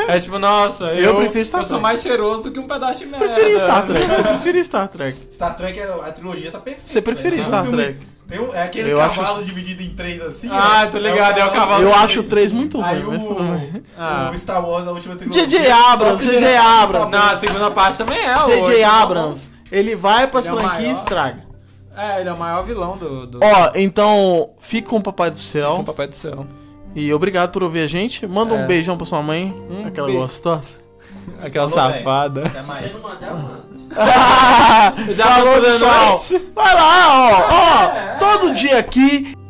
[SPEAKER 3] É tipo, nossa,
[SPEAKER 1] Eu
[SPEAKER 3] eu,
[SPEAKER 1] prefiro Star
[SPEAKER 3] eu sou
[SPEAKER 1] Trek.
[SPEAKER 3] mais cheiroso do que um pedaço de merda.
[SPEAKER 1] Preferi Star Trek, você prefere Star Trek.
[SPEAKER 4] Star Trek, é- a trilogia tá perfeita.
[SPEAKER 1] Você prefere
[SPEAKER 4] velho. É um
[SPEAKER 1] Star
[SPEAKER 4] filme-
[SPEAKER 1] Trek?
[SPEAKER 4] Tem um- é aquele
[SPEAKER 1] Eu acho-
[SPEAKER 4] cavalo dividido em três assim.
[SPEAKER 3] Ah,
[SPEAKER 4] ó.
[SPEAKER 3] tô ligado, é o cavalo
[SPEAKER 1] Eu acho o 3 muito
[SPEAKER 4] Aí
[SPEAKER 1] ruim,
[SPEAKER 4] o,
[SPEAKER 1] mas tudo bem.
[SPEAKER 3] Ah.
[SPEAKER 4] o Star Wars, a última trilogia.
[SPEAKER 1] J.J. Abrams,
[SPEAKER 4] Só que-
[SPEAKER 1] J.J. Abrams.
[SPEAKER 3] Não, a segunda parte também é. o
[SPEAKER 1] J.J.
[SPEAKER 3] oito,
[SPEAKER 1] Abrams, ele vai pra
[SPEAKER 3] Ele é o
[SPEAKER 1] franquia e
[SPEAKER 3] maior.
[SPEAKER 1] estraga.
[SPEAKER 3] tá bom. É, ele é o maior vilão do, do,
[SPEAKER 1] Ó, então, fica com o Papai do
[SPEAKER 3] com o
[SPEAKER 1] Céu.
[SPEAKER 3] Papai do Céu.
[SPEAKER 1] E obrigado por ouvir a gente. Manda um
[SPEAKER 3] É.
[SPEAKER 1] beijão pra sua mãe,
[SPEAKER 3] Um
[SPEAKER 1] aquela
[SPEAKER 3] beijo.
[SPEAKER 1] gostosa.
[SPEAKER 3] Aquela
[SPEAKER 4] Falou, velho.
[SPEAKER 3] safada.
[SPEAKER 4] Até
[SPEAKER 5] Se
[SPEAKER 4] mais.
[SPEAKER 5] não mandar, eu mando.
[SPEAKER 1] Já
[SPEAKER 3] passou da
[SPEAKER 1] É. Vai lá, ó, ó. Todo dia aqui